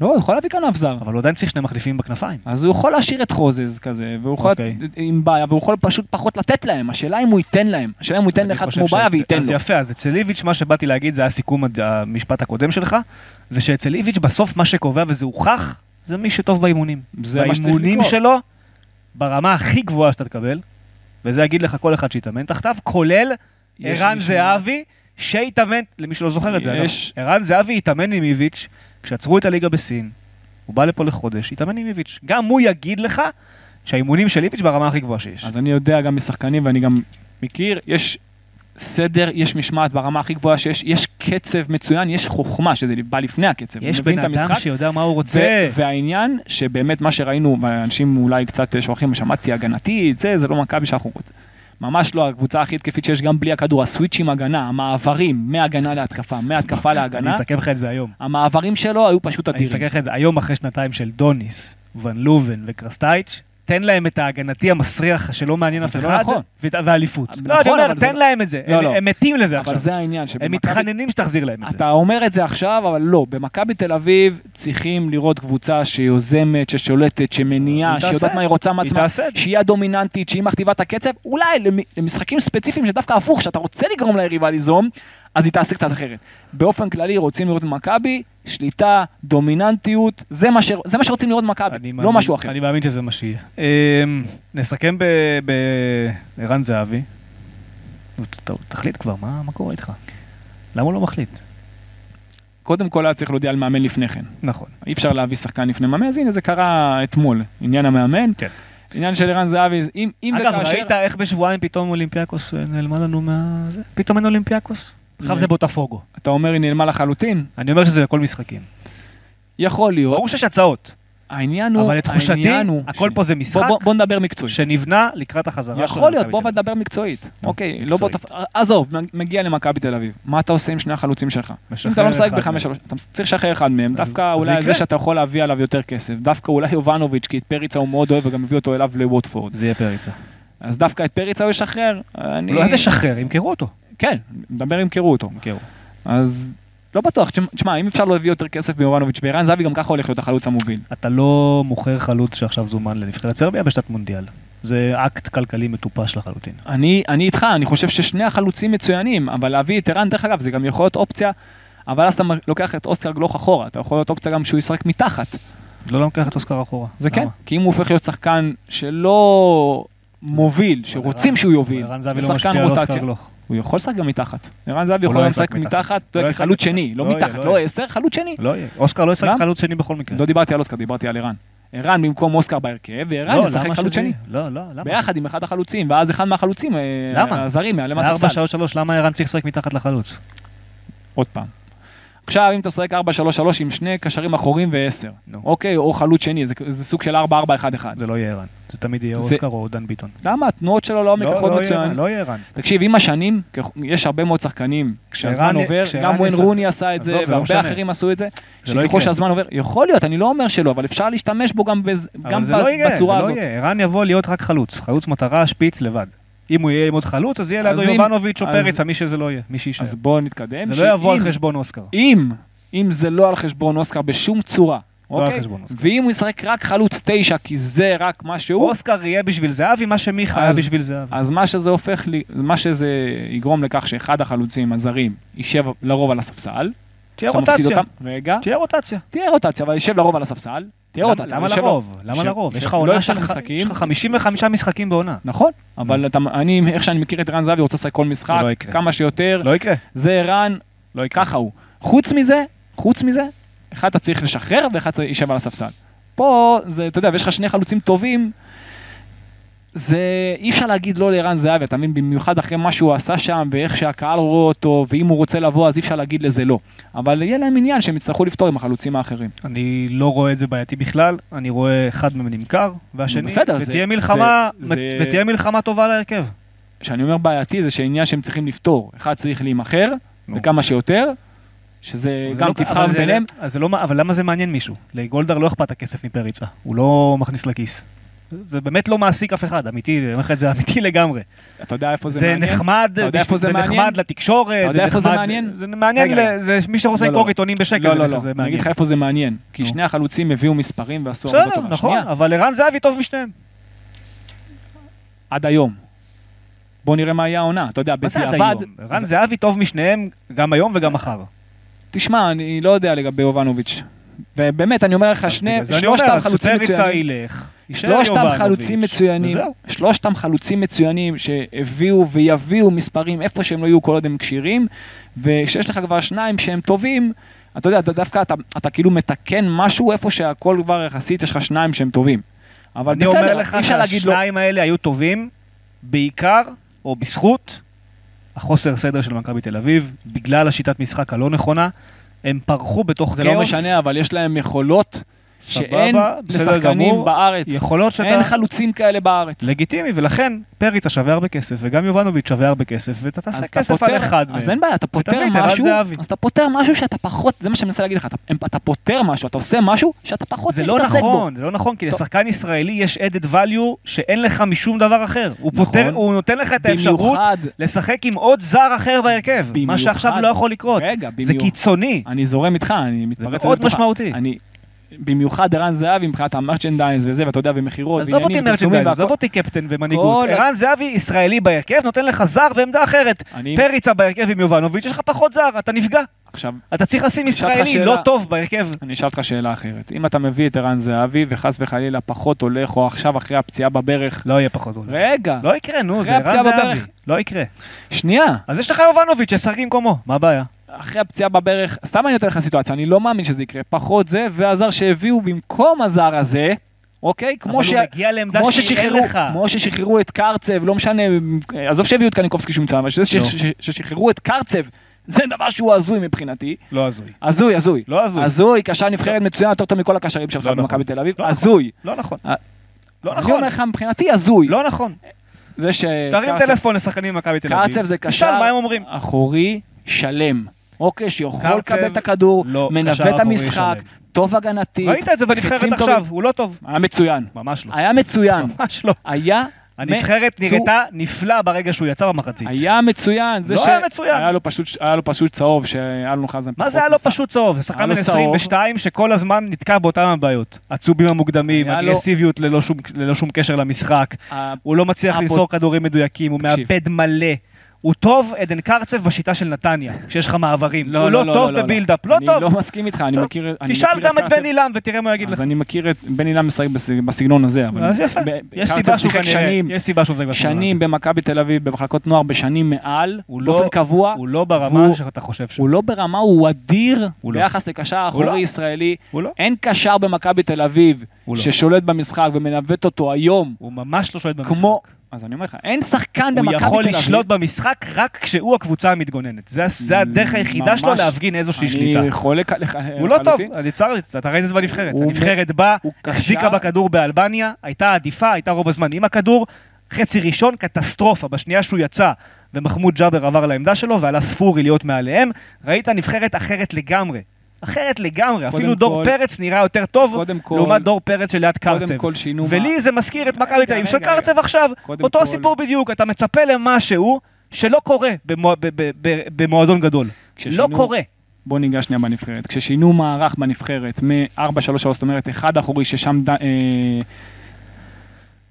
לא, הוא יכול להביא כנף זר. אבל הוא עדיין צריך שני מחליפים בכנפיים. אז הוא יכול להשאיר את חוזז כזה, והוא יכול אוקיי. עם בעיה, והוא יכול פשוט פחות לתת להם, השאלה אם הוא ייתן להם, השאלה אם הוא ייתן אני לאחד חושב כמו בעיה שאצל- וייתן אז לו. יפה, אז אצל איביץ' מה שבאתי להגיד זה היה סיכום הד- המשפט הקודם שלך, זה שאצל איביץ' בסוף מה שקובע וזה הוכח, זה מי שטוב באימונים. זה מה שצריך באימונים לקרות. שלו, ברמה הכי גבוהה שאתה תקבל, וזה יגיד לך כל אחד שיתאמן תחתיו, כולל יש ערן מישהו- זהבי, שהתאמן, למי שלא זוכר את זה, אגב. יש- ערן זהבי התאמן עם איביץ', כשעצרו את הליגה בסין, הוא בא לפה לחודש, התאמן עם איביץ'. גם הוא יגיד לך שהאימונים של איביץ' ברמה הכי גבוהה שיש. אז אני יודע גם משחקנים ואני גם מכיר, יש סדר, יש משמעת ברמה הכי גבוהה שיש, יש קצב מצוין, יש חוכמה שזה בא לפני הקצב. יש מבין בן את אדם המשחק? שיודע מה הוא ו- רוצה. והעניין שבאמת מה שראינו, ואנשים אולי קצת שוכחים, שמעתי הגנתית, זה, זה לא מכבי שאנחנו רוצים. ממש לא הקבוצה הכי התקפית שיש גם בלי הכדור, הסוויצ'ים הגנה, המעברים, מהגנה להתקפה, מהתקפה אני להגנה, אסכם לך את זה היום. המעברים שלו היו פשוט אני אדירים. אסכם לך את זה היום אחרי שנתיים של דוניס, ון לובן וקרסטייץ', תן להם את ההגנתי המסריח שלא מעניין אבל אף זה לא אחד, נכון. ואת- ואליפות. נכון, לא, אני אומר, אבל זה תן לא- להם את זה. לא, הם- לא. הם מתים לזה אבל עכשיו. זה העניין, הם שבמכבי מתחננים שתחזיר להם את זה. אתה אומר את זה עכשיו, אבל לא. במכבי תל אביב צריכים לראות קבוצה שיוזמת, ששולטת, היא שמניעה, תעשה שיודעת את זה. מה היא רוצה היא מעצמה, תעשה את זה. שהיא הדומיננטית, שהיא מכתיבה את הקצב. אולי למ- למשחקים ספציפיים שדווקא הפוך, שאתה רוצה לגרום ליריבה ליזום, אז היא תעשה קצת אחרת. באופן כללי רוצים לראות במכבי שליטה, דומיננטיות, זה מה, ש... זה מה שרוצים לראות אני במכבי, לא מאמין- משהו אחר. אני מאמין שזה מה שיהיה. אמ, נסכם בערן זהבי. נו, ת- ת- תחליט כבר, מה מה קורה איתך? למה הוא לא מחליט? קודם כל היה צריך להודיע על מאמן לפני כן. נכון. אי אפשר להביא שחקן לפני מאמן, אז הנה זה קרה אתמול, עניין המאמן. כן. עניין של ערן זהבי, אם, אם אגב, וכאשר- ראית איך בשבועיים פתאום אולימפיאקוס אה, נעלמה לנו מה... זה? פתאום אין אולימפיאקוס? לא. עכשיו זה בוטפוגו. אתה אומר היא נעלמה לחלוטין? אני אומר שזה בכל משחקים. יכול להיות. ברור שיש הצעות, העניין הוא, אבל לתחושתי, העניין הוא, הכל ש- פה זה משחק בוא, בוא, בוא נדבר מקצועית. שנבנה לקראת החזרה של יכול להיות, מכבי בוא תל אביב. נדבר מקצועית. אוקיי, לא בוא כן, מקצועית. תפ... עזוב, מ- מגיע למכבי תל אביב. מה אתה עושה עם שני החלוצים שלך? אם אתה משחרר לא משחק אחד בחמש מהם. שלוש, אתה צריך לשחרר אחד מהם. אז- דווקא אז אולי יקרה. זה שאתה יכול להביא עליו יותר כסף. דווקא אולי יובנוביץ', כי את פריצה הוא מאוד אוהב וגם הביא אותו אליו לווטפורד. זה יהיה פריצה. אז דווקא את פריצה הוא ישחרר. אני... לא, איזה שחרר, ימכרו אותו. כן, מדבר ימכרו אותו. ימכרו. אז לא בטוח. תשמע, תשמע, אם אפשר להביא יותר כסף מיובנוביץ' וערן זהבי, גם ככה הולך להיות החלוץ המוביל. אתה לא מוכר חלוץ שעכשיו זומן לנבחרת סרביה בשנת מונדיאל. זה אקט כלכלי מטופש לחלוטין. אני, אני איתך, אני חושב ששני החלוצים מצוינים, אבל להביא את ערן, דרך אגב, זה גם יכול להיות אופציה, אבל אז אתה מ- לוקח את אוסקר גלוך אחורה, אתה יכול להיות אופציה גם שהוא ישחק מתחת, לא לוקח את אוסקר אחורה. זה למה? כן, כי אם הוא הופך להיות שחקן שלא מוביל, שרוצים ערן- שהוא יוביל, ערן זהבי לא ושחקן משפיע על אוסקר רוטציה. גלוך. הוא יכול לשחק גם מתחת, ערן זהבי הוא יכול לא גם ישחק לשחק מתחת. מתחת, לא אתה יודע, ישחק כחלוץ מתחת. שני, לא לא יהיה, מתחת, לא לא יהיה. כן. עשר, חלוץ שני. לא יהיה. אוסקר לא ישחק למה? חלוץ שני בכל מקרה. לא דיברתי על אוסקר, דיברתי על ערן. ערן במקום אוסקר בהרכב, וערן לא, ישחק למה חלוץ שזה שני. יהיה? לא, לא, למה? ביחד עם אחד החלוצים, ואז אחד מהחלוצים, אה, למה? הזרים, יעלה מהספסל. 4-3-3, למה ערן צריך לשחק מתחת לחלוץ? עוד פעם. עכשיו, אם אתה משחק 4-3-3 עם שני קשרים אחורים ו-10, נו. אוקיי, או חלוץ שני, זה, זה סוג של 4-4-1-1. זה לא יהיה ערן. זה תמיד יהיה זה- אוסקר או דן ביטון. למה? התנועות שלו לעומק לא, לא, לא לא יהיה מצוין. ערן, לא יהיה ערן. תקשיב, עם השנים, כח- יש הרבה מאוד שחקנים, כשהזמן כשערן- עובר, כשערן גם ווין ישחק- רוני עשה את זה, עזוב, זה לא והרבה משנה. אחרים עשו את זה, זה לא שככל יקרה. שהזמן עובר, יכול להיות, אני לא אומר שלא, אבל אפשר להשתמש בו גם, בז, גם אבל זה ב- לא יהיה, זה בצורה לא הזאת. יהיה. ערן יבוא להיות רק חלוץ. חלוץ מטרה, שפיץ, לבד. אם הוא יהיה עם עוד חלוץ, אז יהיה אז לידו אם- יובנוביץ' או אז- פריצה, מי שזה לא יהיה, מי שיישאר. אז בואו נתקדם. זה לא יבוא על שאם- חשבון אוסקר. אם, אם זה לא על חשבון אוסקר בשום צורה, לא על אוקיי? חשבון אוסקר. ואם הוא ישחק רק חלוץ תשע, כי זה רק מה שהוא, אוסקר יהיה בשביל זהבי מה שמיכה היה אז- בשביל זהבי. אז מה שזה הופך, לי, מה שזה יגרום לכך שאחד החלוצים הזרים יישב לרוב על הספסל, תהיה שאתה מפסיד רוטציה. אותם, רגע, תהיה רוטציה. תהיה רוטציה, אבל יישב לרוב על הספסל, תהיה למה- רוטציה, למה אבל יישב- לרוב? למה ש- לרוב? יש לך שלא עונה יפתח של ח- משחקים. יש לך 55 משחקים בעונה. נכון, אבל אתה, אני, איך שאני מכיר את ערן זהבי, רוצה לשחק כל משחק, לא יקרה. כמה שיותר, לא יקרה. זה ערן, לא יקרה. ככה הוא. חוץ מזה, חוץ מזה, אחד אתה צריך לשחרר ואחד אתה יישב על הספסל. פה, זה, אתה יודע, ויש לך שני חלוצים טובים, זה אי אפשר להגיד לא לערן זהבי, אתה מבין? במיוחד אחרי מה שהוא עשה שם ואיך שהקהל רואה אותו, ואם הוא רוצה לבוא אז אי אפשר להגיד לזה לא. אבל יהיה להם עניין שהם יצטרכו לפתור עם החלוצים האחרים. אני לא רואה את זה בעייתי בכלל, אני רואה אחד מהם נמכר, והשני, בסדר, זה- ותהיה מלחמה, זה- ות- ותהיה מלחמה טובה על ההרכב. כשאני אומר בעייתי זה שעניין שהם צריכים לפתור. אחד צריך להימכר, נו. וכמה שיותר, שזה זה גם לא- תבחר אבל זה- ביניהם. אז זה לא, מה- אבל למה זה מעניין מישהו? לגולדהר לא אכפת הכסף מפריצה, הוא לא מכניס לכיס. זה באמת לא מעסיק אף אחד, אמיתי, אני אומר לך את זה אמיתי <laughs> לגמרי. אתה יודע איפה זה זה מעניין? נחמד, אתה יודע איפה זה זה מעניין? נחמד לתקשורת, אתה יודע איפה זה נחמד- מעניין? זה מעניין, רגע, ל- זה מי שרוצה לא, לקרוא לא. עיתונים בשקל, לא, זה- לא, לא, זה אני אגיד מעניין. לך איפה זה מעניין. כי נו. שני החלוצים הביאו מספרים ועשו עבודה בסדר, טובה. נכון, שנייה, אבל ערן זהבי טוב משניהם. עד היום. בוא נראה מה יהיה העונה. אתה יודע, מה זה עד בדיעבד... היום? ערן זהבי טוב משניהם גם היום וגם מחר. תשמע, אני לא יודע לגבי יובנוביץ'. ובאמת, אני אומר לך, שני, בגלל זה אני שלושתם אומר, אז חלוצים פריצה מצוינים. ילך, יישאר שלושתם יובנוביץ', חלוצים מצוינים, וזהו. שלושתם חלוצים מצוינים שהביאו ויביאו מספרים איפה שהם לא יהיו כל עוד הם כשירים, וכשיש לך כבר שניים שהם טובים, אתה יודע, אתה- דווקא אתה, אתה כאילו מתקן משהו איפה שהכל כבר יחסית, יש לך שניים שהם טובים. אבל אני אומר בסדר, לך אי אפשר להגיד לא. שהשניים האלה היו טובים בעיקר, או בזכות, החוסר סדר של מכבי תל אביב, בגלל השיטת משחק הלא נכונה. הם פרחו בתוך זה כאוס. לא משנה, אבל יש להם יכולות שאין סבבה, בסדר לשחקנים גמור. בארץ. יכולות שאתה... אין חלוצים כאלה בארץ. לגיטימי, ולכן פריצה שווה הרבה כסף, וגם יובנוביץ' שווה הרבה כסף, ואתה אז תעשה אתה כסף פותר- על אחד מהם. אז לא אין בעיה, אתה ותביא פותר את ערן משהו, זהבי. אז אתה פותר משהו שאתה פחות, זה מה שאני מנסה להגיד לך, אתה- אתה פותר משהו, אתה עושה משהו שאתה פחות זה צריך לא להתעסק בו. נכון, זה לא נכון, כי טוב. לשחקן ישראלי יש added value שאין לך משום דבר אחר. הוא נכון. פותר- הוא נותן לך את האפשרות במיוחד, לשחק עם עוד זר אחר בהרכב, במיוחד- מה שעכשיו לא יכול לקרות. רגע, זה במיוחד, קיצוני, אני זורם איתך, אני זה מתפרץ מאוד לדלתך. משמעותי. אני, במיוחד ערן זהבי מבחינת המרצ'נדייז וזה, ואתה יודע, ומכירות, עזוב אותי מרצ'נדייז, עזוב אותי קפטן ומנהיגות. כל ה- ערן זהבי ישראלי בהרכב, נותן לך זר בעמדה אחרת. אני, פריצה בהרכב עם יובנוביץ', יש לך פחות זר, אתה נפגע. עכשיו, אתה צריך לשים אשאל אותך ישראלי שאלה. לא טוב בהרכב. אני אשאל אותך שאלה אחרת. אם אתה מביא את ערן זהבי, וחס וחלילה פחות הולך, או עכשיו אחרי הפציעה בברך, לא יהיה פחות גול. רגע, לא יקרה, נו, אחרי זה ערן הפציעה זהבי. בברך. לא יקרה. שנייה, אז יש לך יובנוביץ' שישחק במקומו, מה הבעיה? אחרי הפציעה בברך, סתם אני נותן לך סיטואציה, אני לא מאמין שזה יקרה, פחות זה, והזר שהביאו במקום הזר הזה, אוקיי? כמו, אבל ש... הוא מגיע לעמדה כמו, שאין ששחררו, לך. כמו ששחררו את קרצב, לא משנה, אה, עזוב שהביאו את קניקובסקי שהוא מצוין, אבל שזה לא. שש- ש- ששחררו את קרצב, זה דבר שהוא הזוי מבחינתי. לא הזוי. הזוי, הזוי. לא הזוי. הזוי, קשר נבחרת מצוין יותר טוב מכל הקשרים שלך לא נכון. במכבי תל אביב, לא הזוי. לא נכון. אה, לא אז אני נכון. אומר לך, מבחינתי הזוי. לא נכון. זה ש... תרים קרצב- טלפון לשחקנים במכבי תל אביב. קרצב זה תשאל קשר מה הם אומרים. אחורי שלם. אוקיי, שיכול קרצב, לקבל את הכדור, לא, קשר מנווט את אחורי המשחק, שלם. טוב הגנתית. ראית את זה בנבחרת חצים עכשיו, טובים. הוא לא טוב. היה מצוין. ממש לא. היה מצוין. ממש לא. היה הנבחרת מצו- נראתה נפלא ברגע שהוא יצא במחצית. היה מצוין. זה לא ש- היה מצוין. היה לו פשוט- היה לו פשוט צהוב שאלון חזן מה פחות זה היה לו ניסה. פשוט צהוב? זה היה שחקן לו בן צהוב. 22 שכל הזמן נתקע באותן הבעיות. הצובים המוקדמים, היה לו- אגרסיביות ללא שום- ללא שום קשר למשחק. ה- הוא לא מצליח הפו- למסור כדורים מדויקים, הוא תקשיב. מאבד מלא. הוא טוב עדן קרצב בשיטה של נתניה, כשיש לך מעברים. הוא לא טוב בבילדאפ, לא אני טוב. לא מסכים איתך, אני טוב. מכיר... אני תשאל מכיר גם את קרצב. בן אילם ותראה מה הוא יגיד לך. אז אני מכיר את בן אילם משחק בס- בסגנון הזה, אבל... אז יפה, ב- יש קרצב סיבה שהוא שיחק כנראה, שנים, יש סיבה שהוא משחק בסגנון הזה. שנים במכבי תל אביב, במחלקות נוער, בשנים מעל, הוא באופן לא- קבוע. הוא לא ברמה והוא- שאתה חושב שהוא. הוא לא ברמה, הוא אדיר הוא לא. ביחס לקשר הוא לא. אחורי ישראלי. הוא לא. אין קשר במכבי תל אביב הוא לא. ששולט במשחק ומנווט אותו היום, הוא ממש לא שולט במשחק. כמו... אז אני אומר לך, אין שחקן הוא במכבי תל אביב. יכול לשלוט במשחק רק כשהוא הקבוצה המתגוננת. זה- זה הדרך היחידה שלו ממש. להפגין איזושהי שליטה. אני חולק עליך לחלוטין. הוא לא טוב, אז יצר לי את זה, אתה ראית את זה בנבחרת. הוא הנבחרת באה, הוא קשר. החזיקה בכדור באלבניה, הייתה עדיפה, הייתה רוב הזמן עם הכדור, חצי ראשון, קטסטרופה, בשנייה שהוא יצא. ומחמוד ג'אבר עבר לעמדה שלו ועלה ספורי להיות מעליהם, ראית נבחרת אחרת לגמרי. אחרת לגמרי, קודם אפילו דור כל- פרץ נראה יותר טוב קודם כל, לעומת דור פרץ שליד קרצב. קודם כל שינו... מה- ולי זה מזכיר את מכבי רגע, תל אביב של רגע, רגע. קרצב עכשיו, קודם אותו כל- סיפור בדיוק, אתה מצפה למשהו שלא קורה במו- ב- ב- ב- במועדון גדול. לא כששינו- קורה. בוא ניגע שנייה בנבחרת. כששינו מערך בנבחרת מ-4-3-3, זאת אומרת, אחד אחורי ששם ד... אה,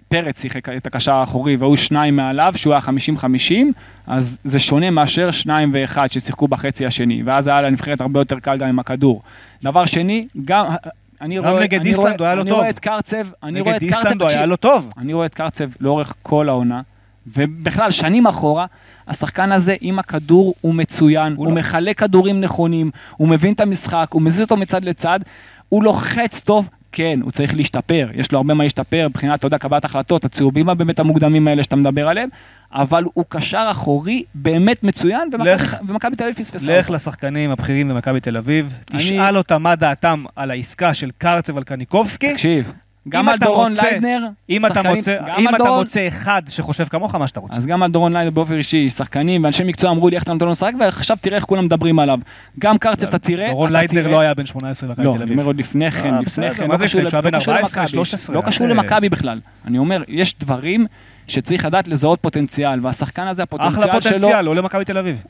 פרץ שיחק את הקשר האחורי והיו שניים מעליו, שהוא היה 50-50, אז זה שונה מאשר שניים ואחד ששיחקו בחצי השני, ואז היה לנבחרת הרבה יותר קל גם עם הכדור. דבר שני, גם... אה, אני גם רואה, נגד אני איסלנד רואה, הוא היה לו אני טוב. רואה את קרצב, אני רואה את נגד קרצב, איסלנד הוא היה תקשיב, לא טוב. אני רואה את קרצב לאורך כל העונה, ובכלל שנים אחורה, השחקן הזה עם הכדור הוא מצוין, הוא, לא. מחלק כדורים נכונים, הוא מבין את המשחק, הוא מזיז אותו מצד לצד, הוא לוחץ טוב, כן, הוא צריך להשתפר, יש לו הרבה מה להשתפר מבחינת, אתה יודע, קבלת החלטות, הצהובים באמת המוקדמים האלה שאתה מדבר עליהם, אבל הוא קשר אחורי באמת מצוין, ומכבי- לך. ומכבי תל אביב פספסה. לך אותו. לשחקנים הבכירים במכבי תל אביב, אני- תשאל אותם מה דעתם על העסקה של קרצב על קניקובסקי. תקשיב, גם אם על אתה דורון רוצה- ליידנר, אם אתה שחקנים- מוצא- גם אם על אתה דורון- מוצא אחד שחושב כמוך, מה שאתה רוצה. אז גם על דורון ליידר באופן אישי, שחקנים ואנשי מקצוע אמרו לי איך אתה נותן לו לשחק, ועכשיו תראה איך כולם מדברים עליו. גם קרצב אתה תראה, דורון אתה ליידנר תראה- לא היה בן 18 במכבי לא, תל אני אביב. אומר עוד לפני כן, אה, לפני בסדר, כן, מה לא זה קשור לפני? כשהוא היה ל- בן לא קשור 14, למכבי, 13, לא קשור אה, למכבי בכלל. אני אומר, יש דברים שצריך לדעת לזהות פוטנציאל, והשחקן הזה, אחלה הפוטנציאל שלו, פוטנציאל, לא למכבי תל אביב.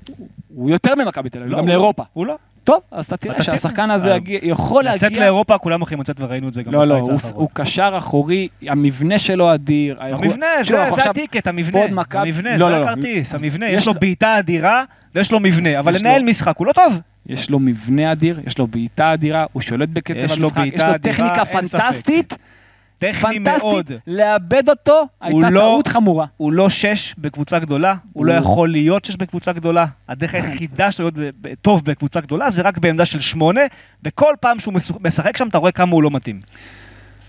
הוא יותר ממכבי תל אביב, לא, גם הוא- לאירופה. הוא לא. טוב, אז אתה תראה אתה תראה. שהשחקן הזה אה, יגיע- יכול לצאת להגיע... לאירופה כולם הולכים לצאת וראינו את זה גם לא, לא, בקיץ הוא- האחרון. הוא קשר אחורי, המבנה שלו אדיר. האיכות- המבנה, שוב, זה- אנחנו זה עכשיו- הטיקט, פה עוד המבנה, מכבי- המבנה, לא, זה לא, לא. הכרטיס, אז המבנה, יש יש לו לו- בעיטה אדירה ויש לו מבנה, אבל יש לנהל לו- משחק הוא לא טוב. יש לו מבנה אדיר, יש לו בעיטה אדירה, הוא שולט בקצב יש לו המשחק, יש בעיטה לו אדירה, טכניקה אין ספק. פנטסטית, טכני מאוד. פנטסטית, לאבד אותו, הייתה לא- טעות חמורה. הוא לא שש בקבוצה גדולה, הוא לא הוא- יכול להיות שש בקבוצה גדולה. הדרך היחידה שלו להיות ב- ב- טוב בקבוצה גדולה זה רק בעמדה של שמונה, וכל פעם שהוא משוח- משחק שם אתה רואה כמה הוא לא מתאים.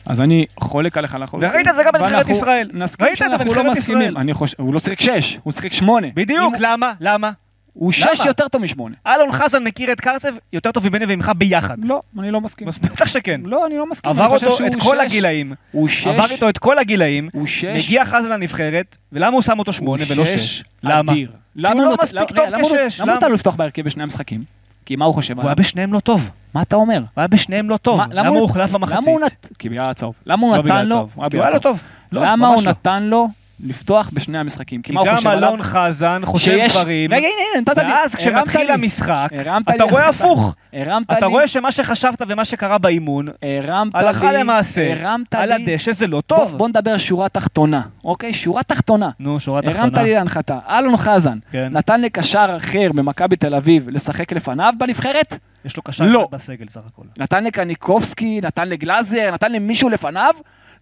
אז אני חולק עליך לחלוטין. וראית את זה גם בנבחרת ואנחנו ישראל. נסכים ראית את זה שאנחנו לא בנבחרת מסכימים. ישראל. אני חושב, הוא לא שיחק שש, הוא שיחק שמונה. אם בדיוק, הוא- למה? למה? הוא שש למה? יותר טוב משמונה. אלון חזן מכיר את קרצב יותר טוב ממני וממך ביחד. לא, אני לא מסכים. אז בטח שכן. לא, אני לא מסכים. עבר אני חושב אותו שהוא את כל שש. הגילאים. הוא שש. עבר איתו את כל הגילאים. הוא שש. מגיע חזן לנבחרת, ולמה הוא שם אותו הוא שמונה ולא שש? למה? אדיר. למה הוא הוא לא נות- מספיק למה- טוב רגע, למה הוא נות- כשש, למה הוא למה? נותן לו לפתוח בהרכב בשני המשחקים? כי מה הוא חושב הוא היה עליו? בשניהם לא טוב. הוא מה אתה אומר? היה בשניהם לא טוב. מה- למה הוא נת- הוחלף במחצית? למה הוא נת... כי בגלל הצהוב. למה הוא לא בגלל נתן לו... אה, אוקיי, הצהוב. כי הוא היה לא טוב. לא, למה הוא ממש לא. נתן לו לפתוח בשני המשחקים? כי כי מה הוא חושב גם עליו? אלון חזן חושב שיש- דברים, רגע, הנה, הנה, נתת לי. ואז הרמת כשמתחיל לי. המשחק, הרמת אתה לי רואה החלטה. הפוך. הרמת לי. אתה רואה שמה שחשבת ומה שקרה באימון, הרמת לי. הלכה למעשה, הרמת על לי- הדשא זה לא בוא- טוב. בוא נדבר שורה תחתונה, אוקיי? שורה תחתונה. נו, שורה הרמת תחתונה. לי להנחתה. אלון חזן כן. נתן לקשר אחר במכבי תל אביב לשחק לפניו בנבחרת? יש לו קשר לא. אחד בסגל סך הכל. נתן לקניקובסקי, נתן לגלאזר, נתן למישהו לפניו?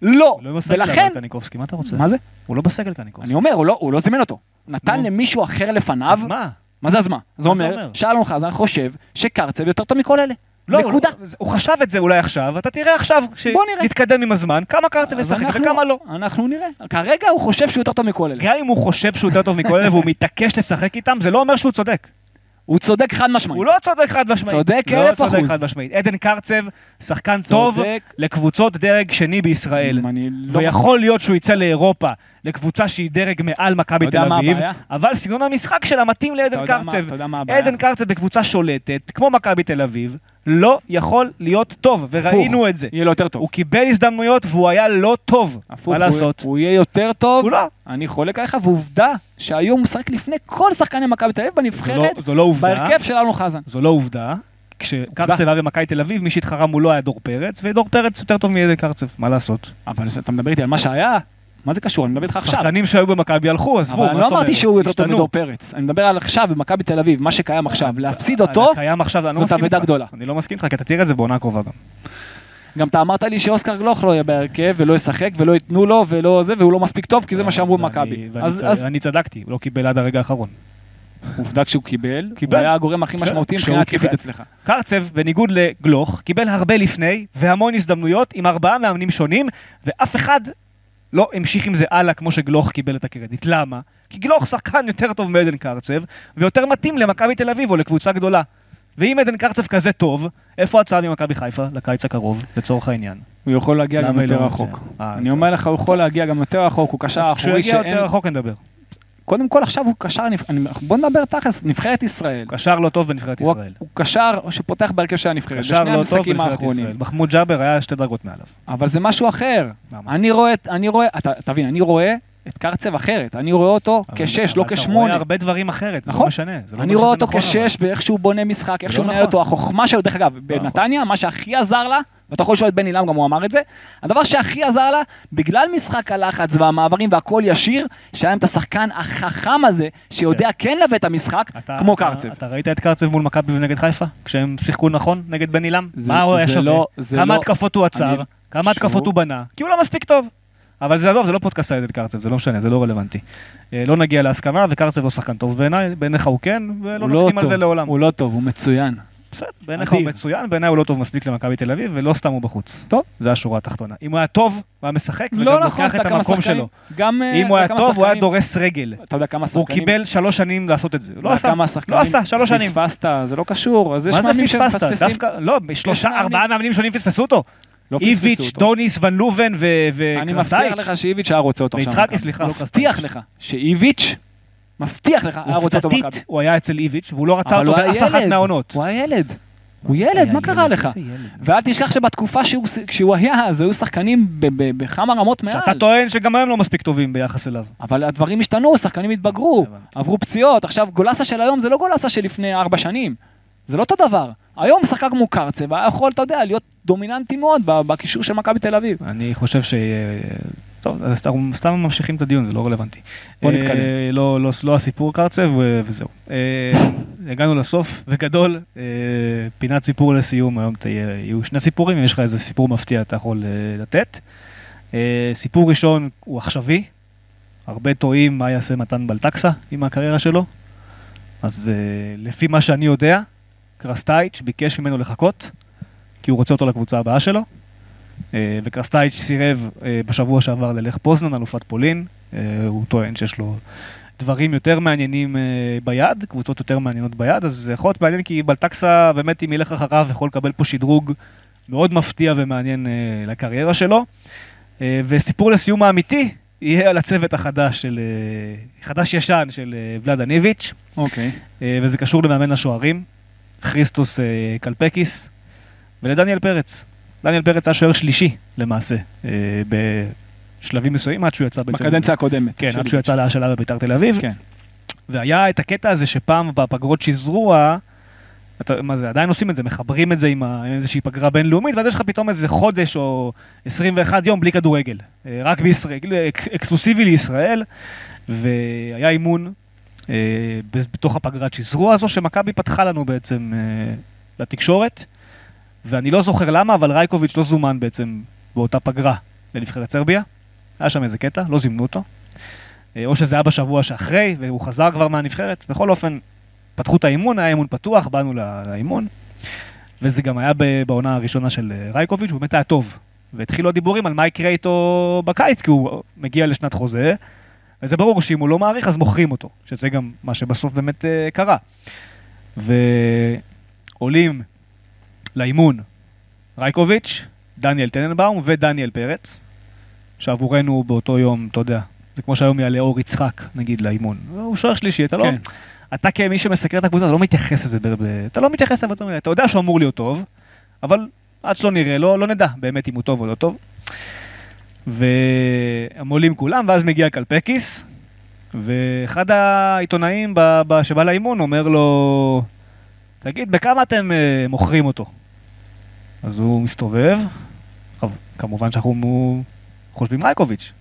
לא. הוא לא בסגל, ולכן... אבל קניקובסקי, מה אתה רוצה? מה זה? הוא לא בסגל קניקובסקי. אני אומר, הוא לא- הוא לא זימן אותו. נתן נו. למישהו אחר לפניו? אז מה? מה זה אז מה? זה זה אומר אומר? שאלון חזן חושב שקרצב יותר טוב מכל אלה. לא, נקודה. הוא- הוא חשב את זה אולי עכשיו, אתה תראה עכשיו, בוא נראה. כשנתקדם עם הזמן, כמה קרתם אז לשחק אנחנו- וכמה לא. אנחנו נראה. כרגע הוא חושב שהוא יותר טוב מכל אלה. גם אם הוא חושב שהוא יותר טוב מכל אלה והוא מתעקש לשחק איתם, זה לא אומר שהוא צודק. הוא צודק חד משמעית. הוא לא צודק חד משמעית. צודק לא אלף צודק אחוז. חד משמעית. עדן קרצב, שחקן טוב צודק. לקבוצות דרג שני בישראל. אני לא... ויכול להיות שהוא יצא לאירופה לקבוצה שהיא דרג מעל מכבי אתה תל יודע מה אביב, הבעיה? אבל סגנון המשחק שלה מתאים אתה לעדן יודע מה- אתה קרצב. יודע מה הבעיה? עדן קרצב בקבוצה שולטת, כמו מכבי תל אביב, לא יכול להיות טוב, וראינו הפוך. את זה. יהיה לו יותר טוב. הוא קיבל הזדמנויות והוא היה לא טוב. הפוך, מה הוא- לעשות? הוא יהיה יותר טוב. הוא לא. אני חולק עליך, ועובדה שהיום הוא משחק לפני כל שחקני מכבי תל אביב זו לא- בנבחרת, זו לא עובדה. בהרכב של אלון חזן. זו לא עובדה. כשקרצב היה במכבי תל אביב, מי שהתחרה מולו היה דור פרץ, ודור פרץ יותר טוב מעדן קרצב, מה לעשות? אבל אתה מדבר איתי על מה שהיה? מה זה קשור? אני מדבר איתך עכשיו. שחקנים שהיו במכבי הלכו, עזבו, אבל מה אני זאת לא אמרתי אומרת? שהוא יותר טוב השתנו. מדור פרץ. אני מדבר על עכשיו במכבי תל אביב, מה שקיים עכשיו. להפסיד אה, אותו, קיים עכשיו, אני לא זאת מסכים אבדה איתך. גדולה. אני לא מסכים איתך, כי אתה תראה את זה בעונה הקרובה גם. גם אתה אמרת לי שאוסקר גלוך לא יהיה בהרכב ולא ישחק ולא ייתנו לו ולא זה, והוא לא מספיק טוב כי זה מה שאמרו ואני- במכבי. ואני אז צד- אז אני צדקתי, הוא לא קיבל עד הרגע האחרון. עובדה כשהוא קיבל, כן. הוא קיבל. היה הגורם הכי בסדר, משמעותי כשהוא מבחינה התקפית קיבל. אצלך. קרצב, בניגוד לגלוך, קיבל הרבה לפני והמון הזדמנויות עם ארבעה מאמנים שונים, ואף אחד לא המשיך עם זה הלאה כמו שגלוך קיבל את הקרדיט. למה? כי גלוך שחקן יותר טוב מעדן קרצב, ויותר מתאים למכבי תל אביב או לקבוצה גדולה. ואם עדן קרצב כזה טוב, איפה הצעה ממכבי חיפה לקיץ הקרוב, לצורך העניין? הוא יכול להגיע גם למה יותר לא? רחוק. אה, אני אומר לך, הוא יכול להגיע גם יותר רחוק, הוא קשר אז כשהוא אחורי יגיע שאין... יותר רחוק נדבר. קודם כל עכשיו הוא קשר... נבח- אני- בוא נדבר תכלס, נבחרת ישראל. הוא קשר לא טוב בנבחרת הוא- ישראל. הוא קשר שפותח בהרכב של הנבחרת, קשר בשני לא טוב המשחקים בנבחרת האחרונים. ישראל. מחמוד ג'אבר היה שתי דרגות מעליו. אבל זה משהו אחר. למה? אני רואה, את- אני רואה, אתה תבין, אני רואה את קרצב אחרת. אני רואה אותו אבל- כשש, לא אבל אתה רואה כשמונה. הרבה דברים אחרת, זה נכון. לא משנה. זה לא אני אומר רואה שזה אותו נכון, אבל. כשש, ואיך שהוא בונה משחק, איך לא שהוא מנהל נכון. לא אותו, החוכמה שלו, דרך אגב, בנתניה, מה שהכי עזר לה, ואתה יכול לשאול את בני לם, גם הוא אמר את זה, הדבר שהכי עזר לה, בגלל משחק הלחץ והמעברים והכל ישיר, שהיה להם את השחקן החכם הזה, שיודע כן להביא את המשחק, אתה- כמו אתה- קרצב. אתה ראית את קרצב מול מכבי ונגד חיפה? כשהם שיחקו נכון נגד בן עילם? זה- מה הוא היה זה שווה? לא- זה כמה לא- התקפות הוא עצר? אני- כמה התקפות שוב. הוא בנה? כי הוא לא מספיק טוב. אבל זה עזוב, זה לא פודקאסט על עדן קרצב, זה לא משנה, זה לא רלוונטי. אה, לא נגיע להסכמה, וקרצב הוא שחקן טוב בעיניי, בעיניך הוא כן, ולא הוא לא נסכים על טוב, זה לעולם. הוא לא טוב, הוא מצוין. בסדר, בעיניך אדיר. הוא מצוין, בעיניי הוא לא טוב מספיק למכבי תל אביב, ולא סתם הוא בחוץ. טוב. זו השורה התחתונה. אם הוא היה טוב, הוא היה משחק, לא וגם נכון, לוקח אתה את כמה המקום שחקנים. שלו. גם... אה, אם הוא היה אתה טוב, כמה הוא היה שחקנים- דורס רגל. אתה יודע כמה הוא שחקנים... קיבל שלוש שנים לעשות את זה. הוא לא אתה יודע עשה. כמה שחקנים... עשה, שלוש שנים. פספסת, זה לא קשור. אז יש מה זה מאמנים פספסת? שמפספסים. דווקא, לא, שלושה, מאמנים. ארבעה מאמנים שונים פספסו אותו. לא פספסו איביץ', אותו. דוניס, ון לובן ו- אני מבטיח וקרסטייץ'. לך שאיביץ' היה רוצה אותו עכשיו. ויצחקי, במכבי. סליחה, לא מבטיח לך שאיביץ', מבטיח לך, היה רוצה אותו במכבי. עובדתית, הוא היה אצל איביץ', והוא לא רצה אבל אותו הוא היה באף אחת ילד. מהעונות. הוא היה ילד. הוא ילד, מה קרה לך? ואל תשכח שבתקופה שהוא- כשהוא היה, אז היו שחקנים ב- ב- בכמה רמות מעל. שאתה טוען שגם הם לא מספיק טובים ביחס אליו. אבל הדברים השתנו, שחקנים התבגרו, הבנתי. עברו פציעות. עכשיו, גולסה של היום זה לא גולסה שלפני ארבע שנים. זה לא אותו דבר. היום שחק כמו קרצה, והיה יכול, אתה יודע, להיות דומיננטי מאוד ב- בקישור של מכבי תל אביב. אני חושב ש... טוב, אז סתם, סתם ממשיכים את הדיון, זה לא רלוונטי. בוא אה, נתקדם. לא, לא, לא הסיפור קרצב ו- וזהו. אה, הגענו לסוף, וגדול, אה, פינת סיפור לסיום, היום תהיה, יהיו שני סיפורים, אם יש לך איזה סיפור מפתיע אתה יכול אה, לתת. אה, סיפור ראשון הוא עכשווי, הרבה טועים מה יעשה מתן בלטקסה עם הקריירה שלו, אז אה, לפי מה שאני יודע, קרסטייץ' ביקש ממנו לחכות, כי הוא רוצה אותו לקבוצה הבאה שלו. אה, וקרסטייץ' סירב אה, בשבוע שעבר ללך פוזנן, אלופת פולין. אה, הוא טוען שיש לו דברים יותר מעניינים אה, ביד, קבוצות יותר מעניינות ביד, אז זה יכול להיות מעניין כי בלטקסה באמת אם ילך אחריו יכול לקבל פה שדרוג מאוד מפתיע ומעניין אה, לקריירה שלו. אה, וסיפור לסיום האמיתי יהיה על הצוות החדש של, אה, חדש-ישן של אה, ולאדה ניביץ'. אוקיי. אה, וזה קשור למאמן השוערים, כריסטוס אה, קלפקיס, ולדניאל פרץ. דניאל פרץ היה שוער שלישי למעשה, אה, בשלבים מסוימים עד שהוא יצא בעצם. בקדנציה הקודמת. כן, של עד שהוא איביץ'. יצא להשאלה בביתר תל אביב. כן. והיה את הקטע הזה שפעם בפגרות שזרוע, אתה, מה זה, עדיין עושים את זה, מחברים את זה עם ה- עם איזושהי פגרה בינלאומית, ואז יש לך פתאום איזה חודש או 21 יום בלי כדורגל. אה, רק בישראל, כאילו, אק, אקסקלוסיבי לישראל, והיה אימון אה, ב- בתוך הפגרת שזרוע הזו, שמכבי פתחה לנו בעצם אה, לתקשורת, ואני לא זוכר למה, אבל רייקוביץ' לא זומן בעצם באותה פגרה לנבחרת סרביה. היה שם איזה קטע, לא זימנו אותו. אה, או שזה היה בשבוע שאחרי, והוא חזר כבר מהנבחרת. בכל אופן, פתחו את האימון, היה אימון פתוח, באנו לא- לאימון. וזה גם היה ב- בעונה הראשונה של אה, רייקוביץ', הוא באמת היה טוב. והתחילו הדיבורים על מה יקרה איתו בקיץ, כי הוא מגיע לשנת חוזה. וזה ברור שאם הוא לא מעריך, אז מוכרים אותו. שזה גם מה שבסוף באמת אה, קרה. ועולים לאימון רייקוביץ', דניאל טננבאום ודניאל פרץ, שעבורנו באותו יום, אתה יודע, זה כמו שהיום יעלה אור יצחק, נגיד, לאימון. הוא שוער שלישי, אתה לא... כן. אתה כמי שמסקר את הקבוצה, אתה לא מתייחס לזה, ב- ב- אתה לא מתייחס אליו, אתה אומר, אתה יודע שהוא אמור להיות טוב, אבל עד שלא נראה, לא, לא נדע באמת אם הוא טוב או לא טוב. והם עולים כולם, ואז מגיע קלפקיס, ואחד העיתונאים ב- ב- שבא לאימון אומר לו, תגיד, בכמה אתם אה, מוכרים אותו? אז הוא מסתובב, כב- כמובן שאנחנו מו- חושבים רייקוביץ'.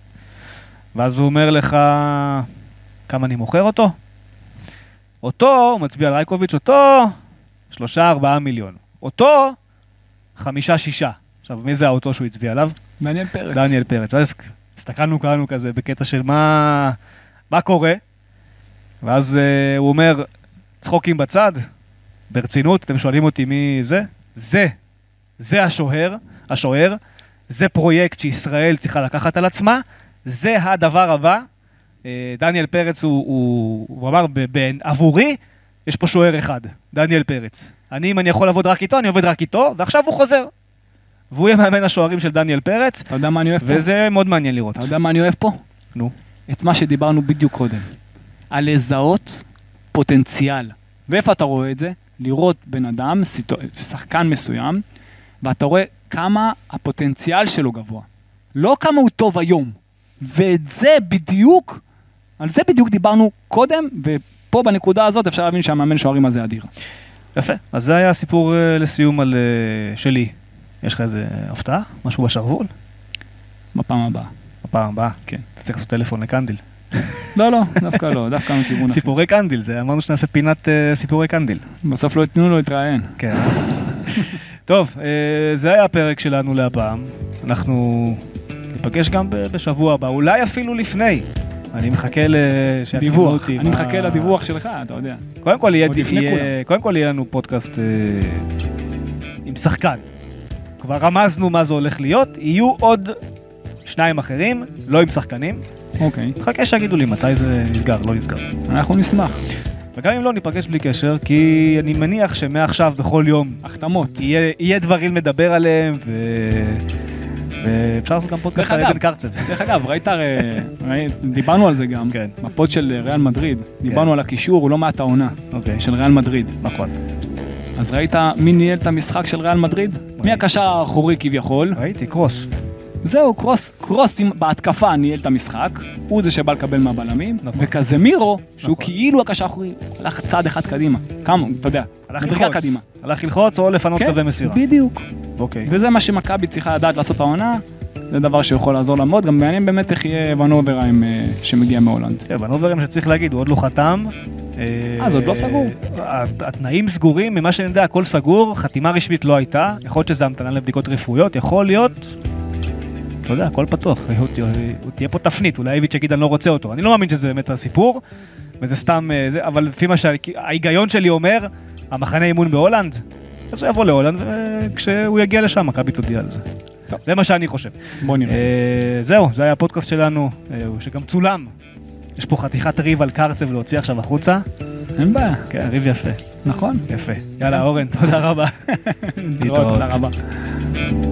ואז הוא אומר לך, כמה אני מוכר אותו? אותו, הוא מצביע על רייקוביץ', אותו, שלושה, ארבעה מיליון. אותו, חמישה, שישה. עכשיו, מי זה האותו שהוא הצביע עליו? דניאל פרץ. דניאל פרץ. ואז הסתכלנו כולנו כזה בקטע של מה, מה קורה, ואז uh, הוא אומר, צחוקים בצד, ברצינות, אתם שואלים אותי מי זה? זה, זה השוער, השוער, זה פרויקט שישראל צריכה לקחת על עצמה, זה הדבר הבא. אה, דניאל פרץ הוא, הוא, הוא אמר, "ב- ב- עבורי יש פה שוער אחד, דניאל פרץ. אני, אם אני יכול לעבוד רק איתו, אני עובד רק איתו, ועכשיו הוא חוזר. והוא יהיה מאמן השוערים של דניאל פרץ, אתה יודע מה אני אוהב פה? וזה מאוד מעניין לראות. אתה יודע מה אני אוהב פה? נו. את מה שדיברנו בדיוק קודם, על לזהות פוטנציאל. ואיפה אתה רואה את זה? לראות בן אדם, סיטו- שחקן מסוים, ואתה רואה כמה הפוטנציאל שלו גבוה. לא כמה הוא טוב היום. ואת זה בדיוק, על זה בדיוק דיברנו קודם, ופה בנקודה הזאת אפשר להבין שהמאמן שוערים הזה אדיר. יפה. אז זה היה הסיפור אה, לסיום על אה, שלי. יש לך איזה הפתעה? משהו בשרוול? בפעם הבאה. בפעם הבאה. כן. אתה צריך לעשות טלפון לקנדיל. לא, לא, דווקא <laughs> לא, דווקא מכיוון אחר. סיפורי קנדיל, זה אמרנו שנעשה פינת אה, סיפורי קנדיל. בסוף לא יתנו לו להתראיין. <laughs> כן. טוב, אה, זה היה הפרק שלנו להפעם. אנחנו ניפגש גם ב- בשבוע הבא, אולי אפילו לפני. אני מחכה ל- שיעדכנו דיווח. אותי אני מה- מחכה לדיווח שלך, אתה יודע. קודם כל יהיה, עוד לפני יהיה, קודם כל יהיה לנו פודקאסט אה, עם שחקן. כבר רמזנו מה זה הולך להיות, יהיו עוד שניים אחרים, לא עם שחקנים. אוקיי, מחכה שיגידו לי מתי זה נסגר, לא נסגר. אנחנו נשמח. וגם אם לא, ניפגש בלי קשר, כי אני מניח שמעכשיו בכל יום החתמות. יהיה, יהיה דברים לדבר עליהם, ו... ואפשר לעשות גם פודקאסט על דרך אגב. אבן <laughs> קרצב. דרך אגב, ראית הרי, ראי- דיברנו על זה גם, כן. בפוד של אה, ריאל מדריד, דיברנו על הקישור, הוא לא מעט העונה, אוקיי, של ריאל מדריד. נכון. אז ראית מי ניהל את המשחק של ריאל מדריד? מי הקשר האחורי כביכול? ראיתי, קרוס. זהו, קרוס, קרוס עם- בהתקפה ניהל את המשחק, הוא זה שבא לקבל מהבלמים, נכון. וקזמירו, שהוא נכון. כאילו הקשר האחורי, הלך צעד אחד קדימה, כמה, אתה יודע, הלך מדרגה ללחוץ. קדימה. הלך ללחוץ או לפנות קווי מסירה. כן, בדיוק. אוקיי. וזה מה שמכבי צריכה לדעת לעשות העונה, זה דבר שיכול לעזור לה מאוד, גם מעניין באמת איך יהיה ונוברהיים אה, שמגיע מהולנד. כן, ונוברים שצריך להגיד, הוא עוד לא חתם. אה, אז עוד לא סגור. הת- התנאים סגורים, ממה שאני יודע, הכל סגור, חתימה רשמית לא הייתה, יכול להיות שזה המתנה לבדיקות רפואיות, יכול להיות, אתה יודע, הכל פתוח, אה, הוא ת- הוא תהיה פה תפנית, אולי איביץ' יגיד אני לא רוצה אותו, אני לא מאמין שזה באמת הסיפור, וזה סתם, אה, זה, אבל לפי מה שההיגיון שלי אומר, המחנה אימון בהולנד, אז הוא יבוא להולנד, וכשהוא יגיע לשם, מכבי תודיע על זה. טוב. זה מה שאני חושב. בוא נראה. אה, זהו, זה היה הפודקאסט שלנו, אה, הוא שגם צולם. יש פה חתיכת ריב על קרצב להוציא עכשיו החוצה. אין בעיה, כן, ריב יפה, נכון. יפה. יאללה, אורן, תודה רבה. תודה <laughs> להתראות. רבה.